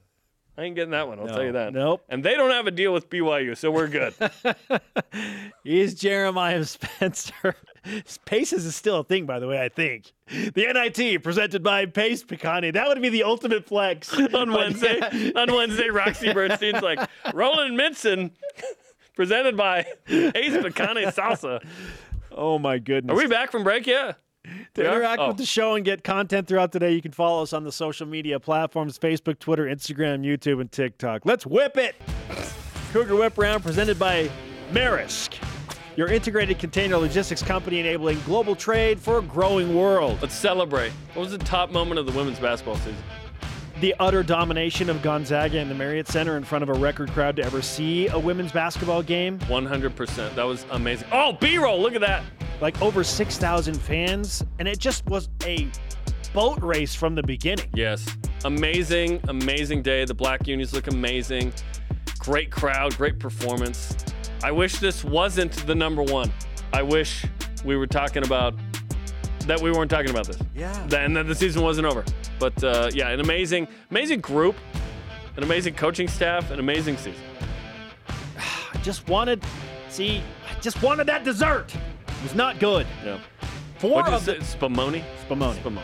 S2: I ain't getting that one. I'll tell you that.
S1: nope.
S2: And they don't have a deal with BYU, so we're good.
S1: He's Jeremiah Spencer. Paces is still a thing, by the way, I think. The NIT presented by Pace Picante. That would be the ultimate flex.
S2: on Wednesday, on Wednesday, Roxy Bernstein's like Roland Minson, presented by Ace Picante Salsa.
S1: oh, my goodness.
S2: Are we back from break? Yeah.
S1: To
S2: We are?
S1: interact
S2: Oh.
S1: with the show and get content throughout the day, you can follow us on the social media platforms Facebook, Twitter, Instagram, YouTube, and TikTok. Let's whip it! Cougar Whip Round presented by Marisk, your integrated container logistics company enabling global trade for a growing world.
S2: Let's celebrate. What was the top moment of the women's basketball season?
S1: The utter domination of Gonzaga and the Marriott Center in front of a record crowd to ever see a women's basketball game.
S2: 100%. That was amazing. Oh, B roll. Look at that.
S1: Like over 6,000 fans, and it just was a boat race from the beginning.
S2: Yes. Amazing, amazing day. The black unis look amazing. Great crowd, great performance. I wish this wasn't the number one. I wish we were talking about that we weren't talking about this.
S1: Yeah.
S2: That- And that the season wasn't over. But uh, yeah, an amazing, amazing group, an amazing coaching staff, an amazing season.
S1: I just wanted, see, I just wanted that dessert. It was not good.
S2: Yeah.
S1: Four
S2: What
S1: of
S2: is
S1: the
S2: it? Spumoni?
S1: Spumoni.
S2: Spumoni.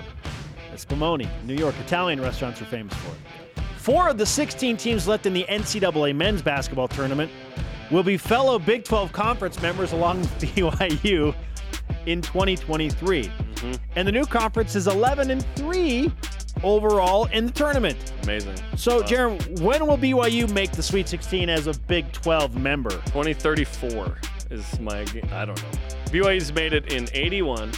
S1: Spumoni, New York Italian restaurants are famous for it. Four of the 16 teams left in the NCAA men's basketball tournament will be fellow Big 12 conference members along with BYU in 2023.
S2: Mm-hmm.
S1: And the new conference is 11 and 3 overall in the tournament.
S2: Amazing.
S1: So, Jerem, when will BYU make the Sweet 16 as a Big 12 member?
S2: 2034 is my g- I don't know. BYU's made it in 81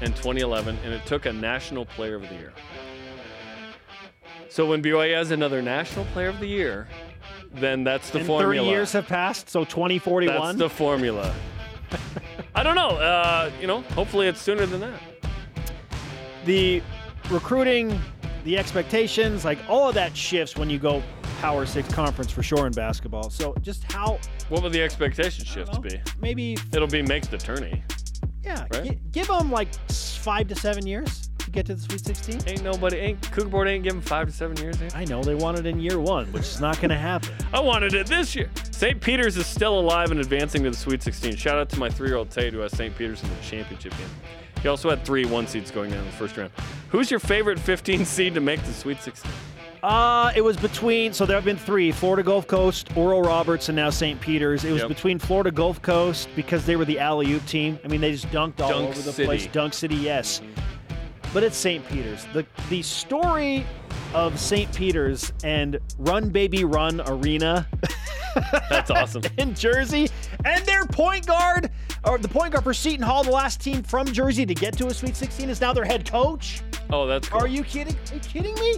S2: and 2011, and it took a National Player of the Year. So when BYU has another National Player of the Year, then that's the
S1: and
S2: formula.
S1: 30 years have passed, so 2041.
S2: that's the formula. I don't know. Uh, you know, hopefully it's sooner than that.
S1: the recruiting, the expectations, like all of that shifts when you go Power Six conference for sure in basketball. So just how
S2: What would the expectation shift be?
S1: maybe
S2: It'll be make the tourney.
S1: yeah,
S2: Right.
S1: gi- give them like s- five to seven years to get to the Sweet 16.
S2: Ain't nobody. Ain't Cougar Board ain't giving five to seven years. Here.
S1: I know they want it in year one, which is not going to happen.
S2: I wanted it this year. St. Peter's is still alive and advancing to the Sweet 16. Shout out to my three-year-old Tate who has St. Peter's in the championship game. He also had three one seeds going down in the first round. Who's your favorite 15 seed to make the Sweet 16?
S1: Uh, it was between, so there have been three Florida Gulf Coast, Oral Roberts, and now St. Peter's. It was
S2: Yep.
S1: between Florida Gulf Coast because they were the alley oop team. I mean, they just dunked all
S2: Dunk
S1: over the
S2: City.
S1: place. Dunk City, yes. But it's St. Peter's. The, the story of St. Peter's and Run Baby Run Arena
S2: That's awesome.
S1: in Jersey and their point guard, or the point guard for Seton Hall, the last team from Jersey to get to a Sweet 16, is now their head coach.
S2: Oh, that's cool.
S1: Are you kidding? Are you kidding me?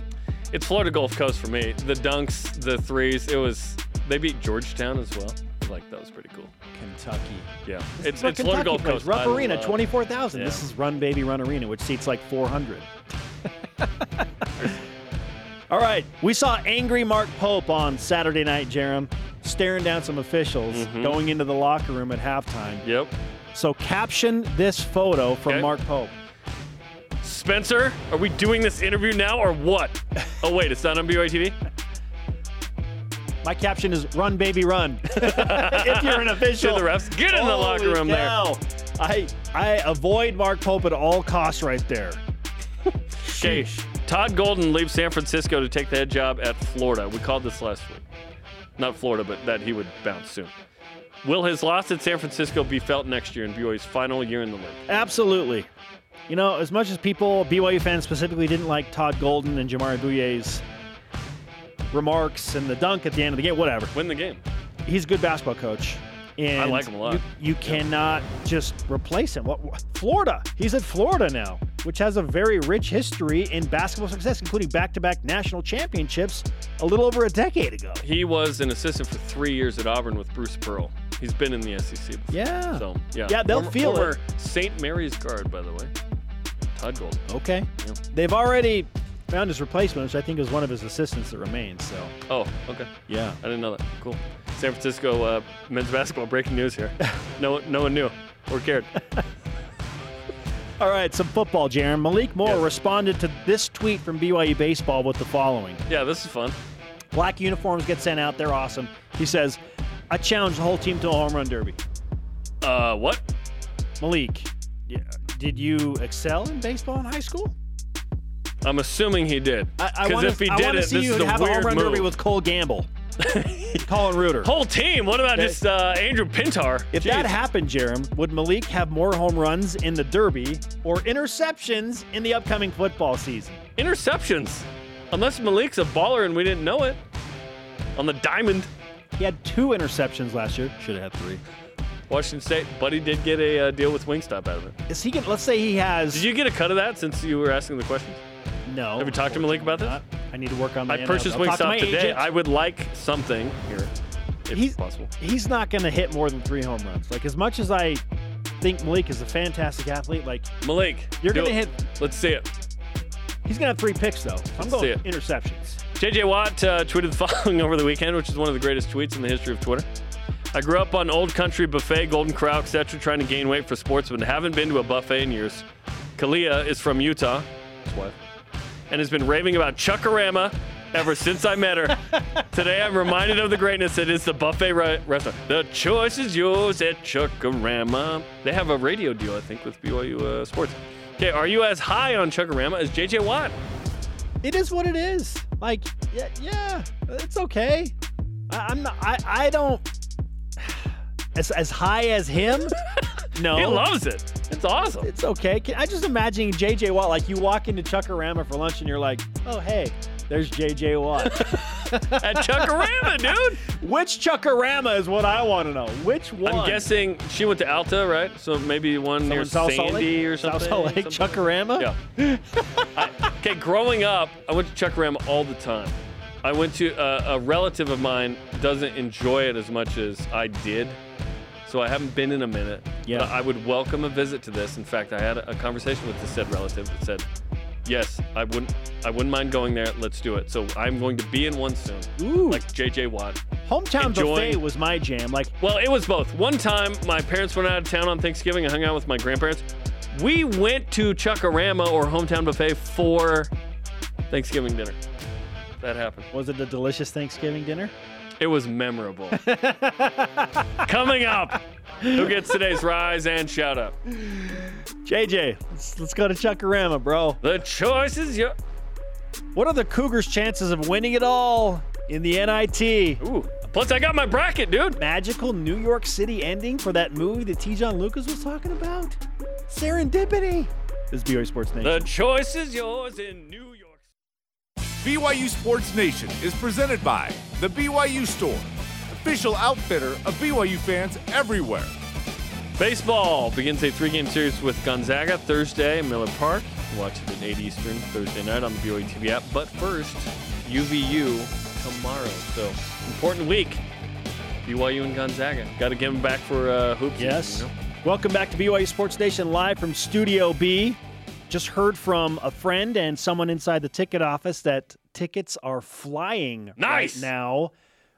S2: It's Florida Gulf Coast for me. The dunks, the threes. It was. They beat Georgetown as well. Like that was pretty cool.
S1: Kentucky.
S2: Yeah.
S1: This
S2: It's,
S1: is where
S2: it's Florida
S1: Kentucky
S2: Gulf
S1: plays.
S2: Coast.
S1: Rupp
S2: I
S1: Arena,
S2: love-
S1: 24,000. This
S2: Yeah.
S1: is Run Baby Run Arena, which seats like 400. All right. We saw angry Mark Pope on Saturday night, Jerem, staring down some officials
S2: Mm-hmm.
S1: going into the locker room at halftime.
S2: Yep.
S1: So caption this photo from
S2: Okay.
S1: Mark Pope.
S2: Spencer, are we doing this interview now or what? Oh wait, it's not on BYU TV.
S1: My caption is "Run, baby, run." if you're an official,
S2: To the refs. Get in the
S1: Holy
S2: locker room there.
S1: cow. I I avoid Mark Pope at all costs right there.
S2: Okay. Todd Golden leaves San Francisco to take the head job at Florida. We called this last week. Not Florida, but that he would bounce soon. Will his loss at San Francisco be felt next year in BYU's final year in the league?
S1: Absolutely. You know, as much as people, BYU fans specifically, didn't like Todd Golden and Jamari Bouye's remarks and the dunk at the end of the game, whatever,
S2: Win the game.
S1: he's a good basketball coach. And
S2: like him a lot.
S1: You, you cannot just replace him. What, what- Florida. He's at Florida now, which has a very rich history in basketball success, including back to back national championships a little over a decade ago.
S2: He was an assistant for three years at Auburn with Bruce Pearl. He's been in the SEC before.
S1: Yeah.
S2: So yeah.
S1: Yeah, they'll
S2: former,
S1: feel it.
S2: former St. Mary's guard, by the way. Todd Golden.
S1: Okay.
S2: Yeah.
S1: They've already found his replacement, which I think is one of his assistants that remains. So,
S2: Oh, okay.
S1: yeah.
S2: I didn't know that. Cool. San Francisco uh, men's basketball breaking news here. No, no one knew or cared.
S1: All right, some football, Jaron. Malik Moore
S2: Yes.
S1: responded to this tweet from BYU Baseball with the following
S2: Yeah, this is fun.
S1: Black uniforms get sent out, they're awesome. He says, I challenge the whole team to a home run derby.
S2: Uh, what?
S1: Malik, yeah, did you excel in baseball in high school?
S2: I'm assuming he did. Because
S1: wanna-
S2: if he
S1: I
S2: did
S1: wanna
S2: it,
S1: see
S2: this
S1: you
S2: is a
S1: have a home
S2: weird
S1: run derby
S2: move.
S1: with Cole Gamble, Colin Reuter.
S2: Whole team. What about
S1: That-
S2: just uh, Andrew Pintar?
S1: If
S2: Jeez.
S1: that happened, Jerem, would Malik have more home runs in the Derby or interceptions in the upcoming football season?
S2: interceptions. Unless Malik's a baller and we didn't know it. On the diamond,
S1: He had two interceptions last year. Should have had three.
S2: Washington State, but he did get a uh, deal with Wingstop out of it.
S1: Is he gonna? Let's say he has.
S2: Did you get a cut of that since you were asking the question?
S1: No.
S2: Have you talked to Malik about this?
S1: unfortunately not. I need to work on. My
S2: I purchased
S1: NIL. I'll talk to my
S2: Wingstop today.
S1: agent.
S2: I would like something here, if
S1: he's
S2: possible.
S1: He's not gonna hit more than three home runs. Like as much as I think Malik is a fantastic athlete, like
S2: Malik,
S1: You're
S2: do
S1: gonna
S2: it.
S1: hit-
S2: Let's see it.
S1: he's gonna have three picks though. I'm
S2: Let's see
S1: going
S2: it.
S1: interceptions.
S2: JJ Watt uh, tweeted the following over the weekend, which is one of the greatest tweets in the history of Twitter. I grew up on Old Country Buffet, Golden Crow, etc., trying to gain weight for sports, but haven't been to a buffet in years. Kalia is from Utah, his wife, and has been raving about Chuckarama ever since I met her. Today I'm reminded of the greatness that is the buffet re- restaurant. The choice is yours at Chuckarama. They have a radio deal, I think, with BYU uh, Sports. Okay, are you as high on Chuckarama as JJ Watt?
S1: it is what it is. Like, yeah, yeah it's okay. I, I'm not. I, I don't. As as high as him. No,
S2: He loves it. It's awesome.
S1: It's okay. Can, I just imagine JJ Watt. Like you walk into Chuckarama for lunch and you're like, oh hey, there's JJ Watt.
S2: at Chuckarama, dude.
S1: Which Chuckarama is what I want to know. Which one?
S2: I'm guessing she went to Alta, right? So maybe one
S1: Someone
S2: near
S1: in South Salt
S2: Sandy
S1: Lake?
S2: or something.
S1: South Salt Lake,
S2: something.
S1: Chuckarama.
S2: Yeah. I, okay, growing up, I went to Chuckarama all the time. I went to uh, a relative of mine doesn't enjoy it as much as I did, so I haven't been in a minute.
S1: Yeah.
S2: But I would welcome a visit to this. In fact, I had a, a conversation with this said relative that said, "Yes, I wouldn't, I wouldn't mind going there. Let's do it." So I'm going to be in one soon,
S1: Ooh,
S2: like JJ Watt.
S1: hometown
S2: enjoying-
S1: buffet was my jam. Like
S2: Well, it was both. One time, my parents went out of town on Thanksgiving. I hung out with my grandparents. We went to Chuckarama or Hometown Buffet for Thanksgiving dinner. That happened.
S1: Was it a delicious Thanksgiving dinner?
S2: It was memorable. Coming up, who gets today's rise and shout out?
S1: JJ, let's, let's go to Chuckarama, bro.
S2: The choice is your.
S1: What are the Cougars' chances of winning it all in the NIT?
S2: Ooh. Plus, I got my bracket, dude.
S1: Magical New York City ending for that movie that T. John Lucas was talking about? Serendipity. This is BYU Sports Nation.
S2: The choice is yours in New York.
S5: BYU Sports Nation is presented by The BYU Store, official outfitter of BYU fans everywhere.
S2: Baseball begins a three-game series with Gonzaga Thursday, Miller Park. Watch it at 8 Eastern Thursday night on the BYU TV app. But first, UVU tomorrow. So important week. BYU and Gonzaga. Got to get them back for uh, hoops.
S1: Yes.
S2: you know?
S1: Welcome back to BYU Sports Nation live from Studio B. Just heard from a friend and someone inside the ticket office that tickets are flying
S2: Nice.
S1: right now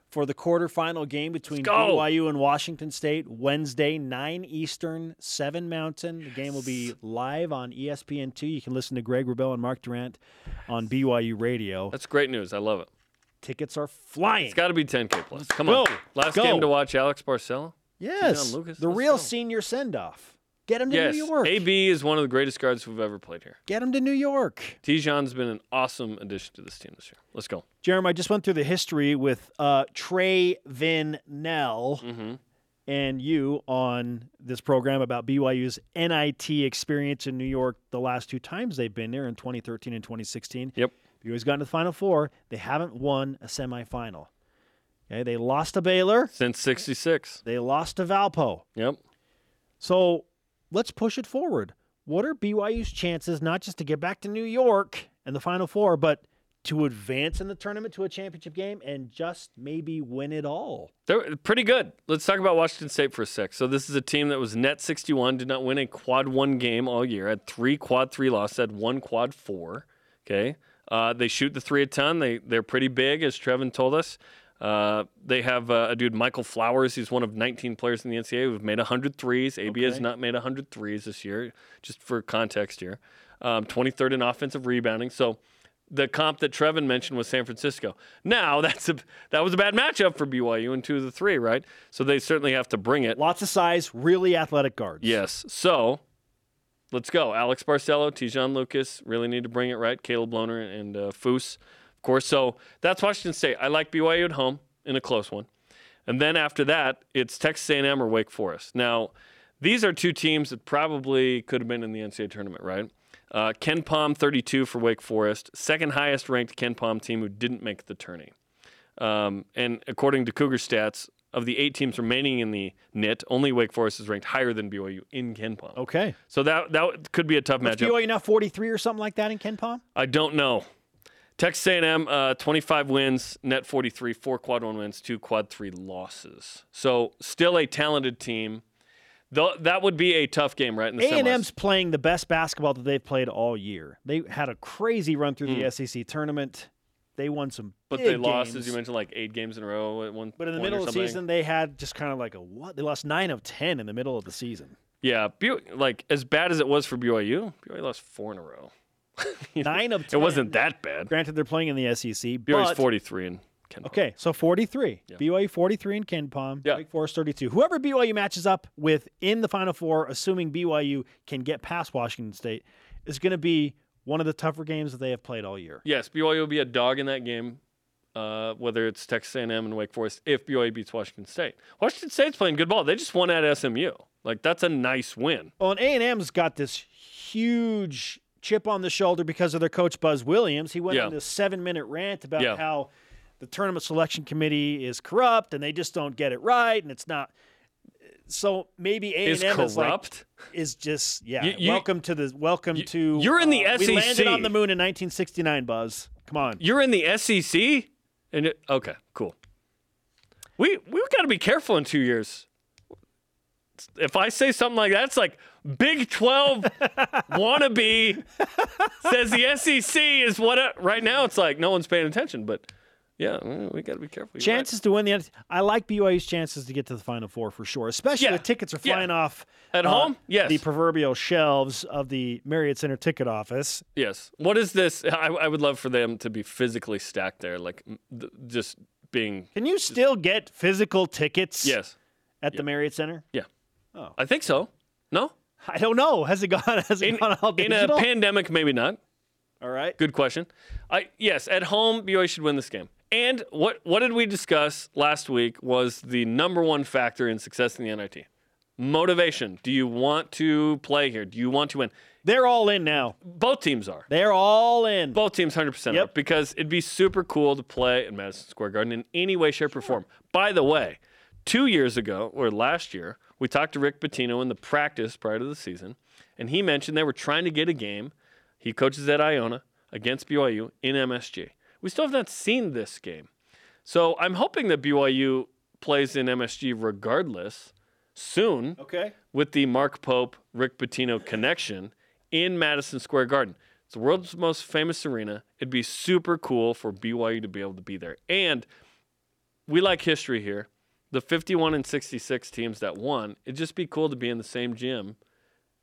S1: for the quarterfinal game between
S2: Let's go.
S1: BYU and Washington State Wednesday, 9 Eastern, 7 Mountain. The game will be live on E ESPN2. You can listen to Greg Rebell and Mark Durant on BYU Radio.
S2: That's great news. I love it.
S1: Tickets are flying.
S2: It's got to be 10K plus. Come
S1: go.
S2: on. Last
S1: Go.
S2: game to watch Alex Barcelo.
S1: yes.
S2: Lucas,
S1: the
S2: let's
S1: real
S2: go.
S1: senior send off. Get him to
S2: Yes.
S1: New York.
S2: AB is one of the greatest guards who've ever played here.
S1: Get him to New York.
S2: Tijon's been an awesome addition to this team this year. Let's go.
S1: Jeremy, I just went through the history with uh, Trey Vin Nell. and you on this program about BYU's NIT experience in New York the last two times they've been there in 2013 and 2016.
S2: Yep.
S1: BYU's gotten to the Final Four. They haven't won a semifinal. Okay, they lost to Baylor.
S2: Since 66.
S1: They lost to Valpo.
S2: Yep.
S1: So let's push it forward. What are BYU's chances not just to get back to New York and the Final Four, but to advance in the tournament to a championship game and just maybe win it all?
S2: They're pretty good. Let's talk about Washington State for a sec. So this is a team that was net 61, did not win a quad one game all year. Had three quad three losses, had one quad four. Okay, uh, they shoot the three a ton. They they're pretty big, as Trevin told us. Uh, they have uh, a dude Michael Flowers. He's one of 19 players in the NCAA who've made 100 threes. AB has not made 100 threes this year, just for context here. Um, 23rd in offensive rebounding. So the comp that Trevin mentioned was San Francisco. Now that's a that was a bad matchup for BYU in two of the three, right? So they certainly have to bring it.
S1: Lots of size, really athletic guards.
S2: Yes. So let's go. Alex Barcelo, Tijon Lucas really need to bring it right. Caleb Bloner and uh, Foose, of course. So that's Washington State. I like BYU at home in a close one. And then after that, it's Texas A&M or Wake Forest. Now, these are two teams that probably could have been in the NCAA tournament, right? Uh, Ken Palm, 32 for Wake Forest, second highest ranked Ken Palm team who didn't make the tourney. Um, and according to Cougar stats, of the eight teams remaining in the NIT, only Wake Forest is ranked higher than BYU in Ken Palm.
S1: Okay.
S2: So that that could be a tough
S1: What's
S2: matchup.
S1: BYU now 43 or something like that in Ken Palm?
S2: I don't know. Texas A&M, uh, 25 wins, net 43, four quad one wins, two quad three losses. So still a talented team. Though that would be a tough game, right? In the semis.
S1: A&M's playing the best basketball that they've played all year. They had a crazy run through the SEC tournament. They won some
S2: Hmm. but
S1: big
S2: they lost,
S1: games.
S2: as you mentioned, like eight games in a row at one.
S1: But in the
S2: point or
S1: middle of the
S2: something.
S1: season, they had just kind of like a what? They lost nine of ten in the middle of the season.
S2: yeah, Bu- like as bad as it was for BYU, BYU lost four in a row. You know,
S1: Nine of
S2: It wasn't
S1: 10.
S2: that bad.
S1: Granted, they're playing in the SEC.
S2: BYU's
S1: but-
S2: 43 and Ken. Palm.
S1: Okay, so 43. BYU 43 in Ken Palm.
S2: Yeah.
S1: Wake Forest 32. Whoever BYU matches up with in the Final Four, assuming BYU can get past Washington State, is going to be one of the tougher games that they have played all year.
S2: Yes, BYU will be a dog in that game, uh, whether it's Texas A&M and Wake Forest, if BYU beats Washington State. Washington State's playing good ball. They just won at SMU. Like that's a nice win.
S1: Well, and A&M's got this huge chip on the shoulder because of their coach Buzz Williams. He went
S2: Yeah.
S1: on this seven-minute rant about
S2: Yeah.
S1: how the tournament selection committee is corrupt and they just don't get it right, and it's not. So maybe A&M
S2: Is
S1: is, like,
S2: corrupt.
S1: is just yeah.
S2: You- you-
S1: welcome to the welcome to.
S2: you're in the E
S1: uh, We landed
S2: SEC.
S1: on the moon in 1969, Buzz. Come on.
S2: You're in the SEC, and it, okay, cool. We we got to be careful in two years. If I say something like that, it's like Big Twelve wannabe says the SEC is what. it- right now, it's like no one's paying attention. But yeah, we got to be careful. You're right.
S1: Chances to win the NCAA I like BYU's chances to get to the Final Four for sure, especially
S2: Yeah.
S1: if tickets are
S2: Yeah.
S1: flying off
S2: At
S1: uh,
S2: home? Yes.
S1: the proverbial shelves of the Marriott Center ticket office.
S2: Yes. What is this? I, I would love for them to be physically stacked there, like m- th- just being.
S1: Can you still get physical tickets?
S2: Yes.
S1: at the Marriott Center.
S2: I think so. No.
S1: I don't know. Has it gone? Has it
S2: In,
S1: gone all
S2: in a
S1: digital?
S2: pandemic, maybe not.
S1: all right.
S2: Good question. I yes, at home, BYU should win this game. And what what did we discuss last week was the number one factor in success in the NIT. Motivation. Do you want to play here? Do you want to win?
S1: They're all in now.
S2: Both teams are.
S1: They're all in.
S2: Both teams 100%
S1: Yep.
S2: up because it'd be super cool to play in Madison Square Garden in any way, shape, or form. By the way, two years ago or last year, we talked to Rick Pitino in the practice prior to the season, and he mentioned they were trying to get a game. He coaches at Iona against BYU in MSG. We still have not seen this game. So I'm hoping that BYU plays in MSG regardless soon
S1: Okay.
S2: with the Mark Pope Rick Pitino connection in Madison Square Garden. It's the world's most famous arena. It'd be super cool for BYU to be able to be there. And we like history here. The 51 and 66 teams that won, it'd just be cool to be in the same gym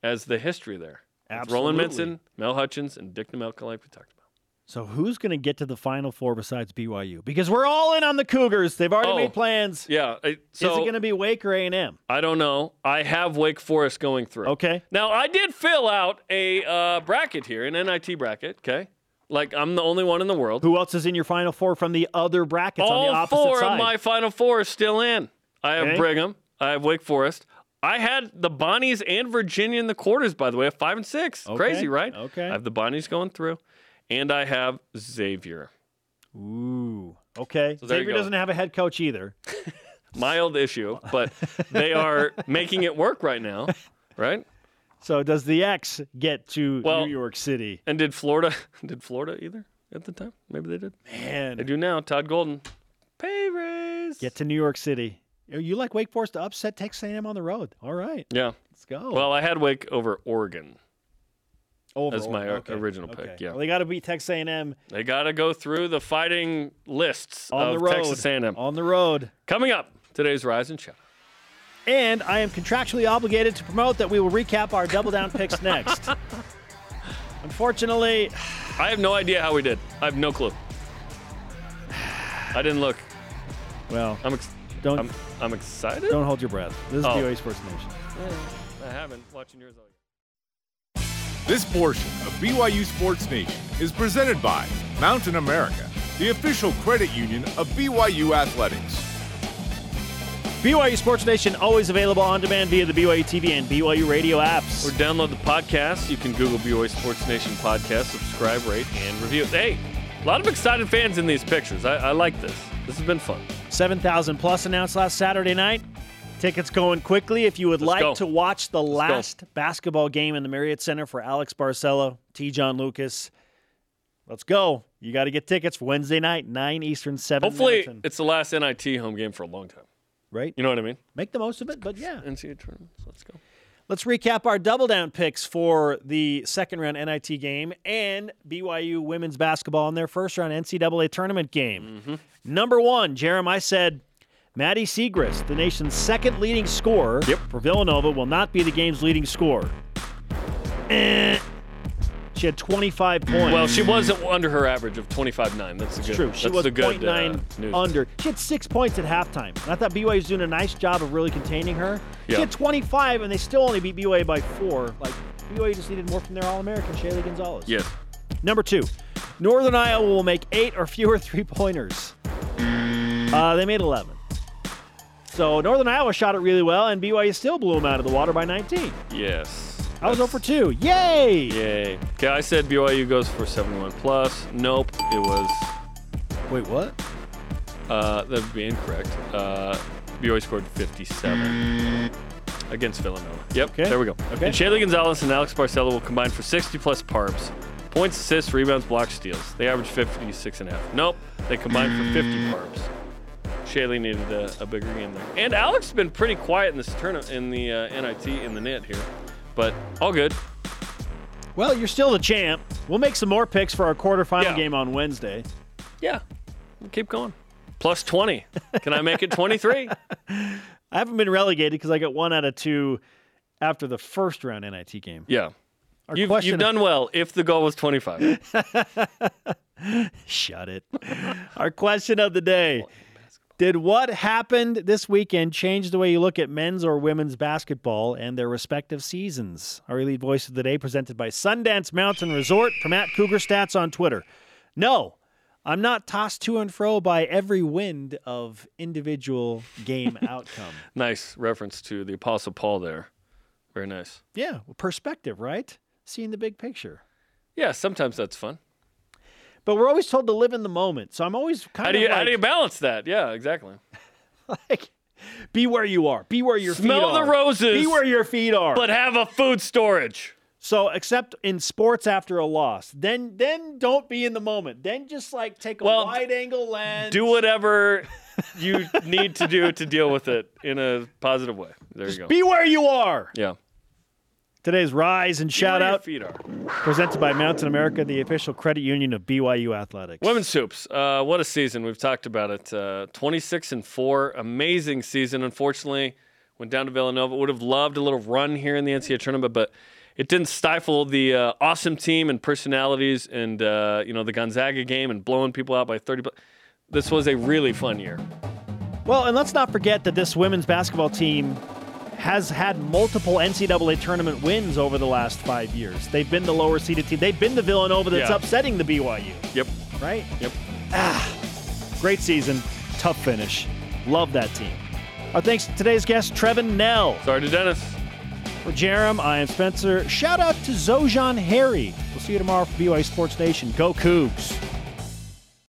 S2: as the history there. It's Roland
S1: Absolutely.
S2: Minson, Mel Hutchins, and Dick Nemelka, like we talked about.
S1: So who's going to get to the Final Four besides BYU? Because we're all in on the Cougars. They've already
S2: Oh.
S1: made plans.
S2: Yeah. I- so
S1: Is it going to be Wake or A and M?
S2: I don't know. I have Wake Forest going through.
S1: Okay.
S2: Now I did fill out a uh, bracket here, an NIT bracket. Okay. Like I'm the only one in the world.
S1: Who else is in your Final Four from the other brackets on
S2: All
S1: the opposite
S2: four
S1: side?
S2: of my Final Four are still in. I have
S1: Okay.
S2: Brigham. I have Wake Forest. I had the Bonnies and Virginia in the quarters, by the way, at five and six.
S1: Okay,
S2: Crazy, right?
S1: okay.
S2: I have the Bonnies going through, and I have Xavier.
S1: Ooh. Okay.
S2: So there you
S1: Xavier
S2: go.
S1: doesn't have a head coach either.
S2: Mild issue, but they are making it work right now, right?
S1: So does the X get to
S2: Well-
S1: New York City?
S2: And did Florida? Did Florida either at the time? Maybe they did.
S1: Man,
S2: They do now. Todd Golden, pay raise.
S1: get to New York City. You- You like Wake Forest to upset Texas A&M on the road? All right,
S2: yeah.
S1: let's go.
S2: Well, I had Wake over Oregon.
S1: Over,
S2: that's my uh,
S1: over.
S2: original pick, yeah.
S1: well, they got to beat Texas A&M
S2: They got to go through the fighting lists
S1: on
S2: of
S1: the road.
S2: Texas A&M.
S1: on the road.
S2: Coming up, today's Rise and Shout.
S1: And I am contractually obligated to promote that we will recap our double down picks next. Unfortunately,
S2: I have no idea how we did. I have no clue. I didn't look.
S1: well,
S2: I'm ex-
S1: don't
S2: I'm, I'm excited.
S1: don't hold your breath. This is
S2: Um, Oh.
S1: BYU Sports Nation.
S2: I haven't watching yours all year.
S5: This portion of BYU Sports Nation is presented by Mountain America, the official credit union of BYU Athletics.
S1: BYU Sports Nation always available on demand via the BYU TV and BYU radio apps.
S2: Or download the podcast. You can Google BYU Sports Nation podcast, subscribe, rate, and review. Hey, a lot of excited fans in these pictures. I, I like this. This has been fun.
S1: 7,000 plus announced last Saturday night. Tickets going quickly. If you would
S2: Let's
S1: like
S2: go.
S1: to watch the
S2: go.
S1: last basketball game in the Marriott Center for Alex Barcelo, T. John Lucas, let's go. You got to get tickets for Wednesday night, 9 Eastern, 7
S2: Hopefully,
S1: Mountain.
S2: it's the last NIT home game for a long time.
S1: Right?
S2: You know what I mean?
S1: Make the most of it, but yeah.
S2: NCAA tournaments. Let's go.
S1: Let's recap our double down picks for the second round NIT game and BYU women's basketball in their first round NCAA tournament game. Number one, Jerem, I said Maddie Segris, the nation's second leading scorer
S2: Yep.
S1: for Villanova, will not be the game's leading scorer. Eh. She had 25 points.
S2: Well, she was under her average of 25.9. That's a good.
S1: It's true. She
S2: that's
S1: was
S2: a good, uh,
S1: 0.9
S2: news.
S1: under. She had six points at halftime. And I thought BYU was doing a nice job of really containing her.
S2: Yeah.
S1: She had 25, and they still only beat BYU by four. Like, BYU just needed more from their All-American, Shaylee Gonzalez.
S2: Yes.
S1: Number two, Northern Iowa will make eight or fewer three-pointers. Uh, they made 11. So Northern Iowa shot it really well, and BYU still blew them out of the water by 19.
S2: Yes.
S1: I was 0 for 2. Yay!
S2: Yay. Okay, I said BYU goes for 71 plus. Nope, it was.
S1: Wait, what?
S2: Uh, that would be incorrect. Uh, BYU scored 57 against Villanova. Yep.
S1: Okay.
S2: There we go.
S1: Okay.
S2: And Shaylee Gonzalez and Alex Barcelo will combine for 60 plus parps, points, assists, rebounds, blocks, steals. They averaged 56 and a half. Nope, they combined for 50 parps. Shaylee needed a, a bigger game there. And Alex has been pretty quiet in this tournament, in the uh, NIT, in the net here, but all good.
S1: Well, you're still the champ. We'll make some more picks for our quarterfinal
S2: Yeah.
S1: game on Wednesday.
S2: Yeah. Keep going. Plus 20. Can I make it 23?
S1: I haven't been relegated because I got one out of two after the first round NIT game.
S2: yeah.
S1: Our
S2: You've,
S1: question
S2: you've done well if the goal was 25.
S1: Shut it. Our question of the day. Did what happened this weekend change the way you look at men's or women's basketball and their respective seasons? Our elite voice of the day presented by Sundance Mountain Resort from at Cougar Stats on Twitter. No, I'm not tossed to and fro by every wind of individual game outcome.
S2: nice reference to the Apostle Paul there. Very nice.
S1: Yeah, perspective, right? Seeing the big picture.
S2: Yeah, sometimes that's fun.
S1: But we're always told to live in the moment. So I'm always kind
S2: How do you
S1: of like,
S2: how do you balance that? Yeah, exactly.
S1: like, be where you are. Be where your
S2: Smell
S1: feet
S2: the
S1: are.
S2: roses.
S1: Be where your feet are.
S2: But have a food storage.
S1: so except in sports after a loss, then then don't be in the moment. Then just like take a
S2: Well,
S1: wide angle lens.
S2: Do whatever you need to do to deal with it in a positive way. There you go.
S1: Be where you are.
S2: Yeah.
S1: Today's rise and shout
S2: Where your
S1: out
S2: feet are.
S1: presented by Mountain America, the official credit union of BYU athletics.
S2: Women's hoops. Uh, what a season. We've talked about it. Uh, 26 and 4. Amazing season. Unfortunately, went down to Villanova. Would have loved a little run here in the NCAA tournament, but it didn't stifle the uh, awesome team and personalities and, uh, you know, the Gonzaga game and blowing people out by 30. But this was a really fun year.
S1: Well, and let's not forget that this women's basketball team has had multiple NCAA tournament wins over the last five years. They've been the lower seeded team. They've been the Villanova that's
S2: Yeah.
S1: upsetting the BYU,
S2: Yep.
S1: right? Ah,
S2: Yep.
S1: Great season, tough finish. Love that team. Our thanks to today's guest, Trevin Nell.
S2: Sorry to Dennis.
S1: For Jerem, I am Spencer. Shout out to Zojan Harry. We'll see you tomorrow for BYU Sports Nation. Go Cougs.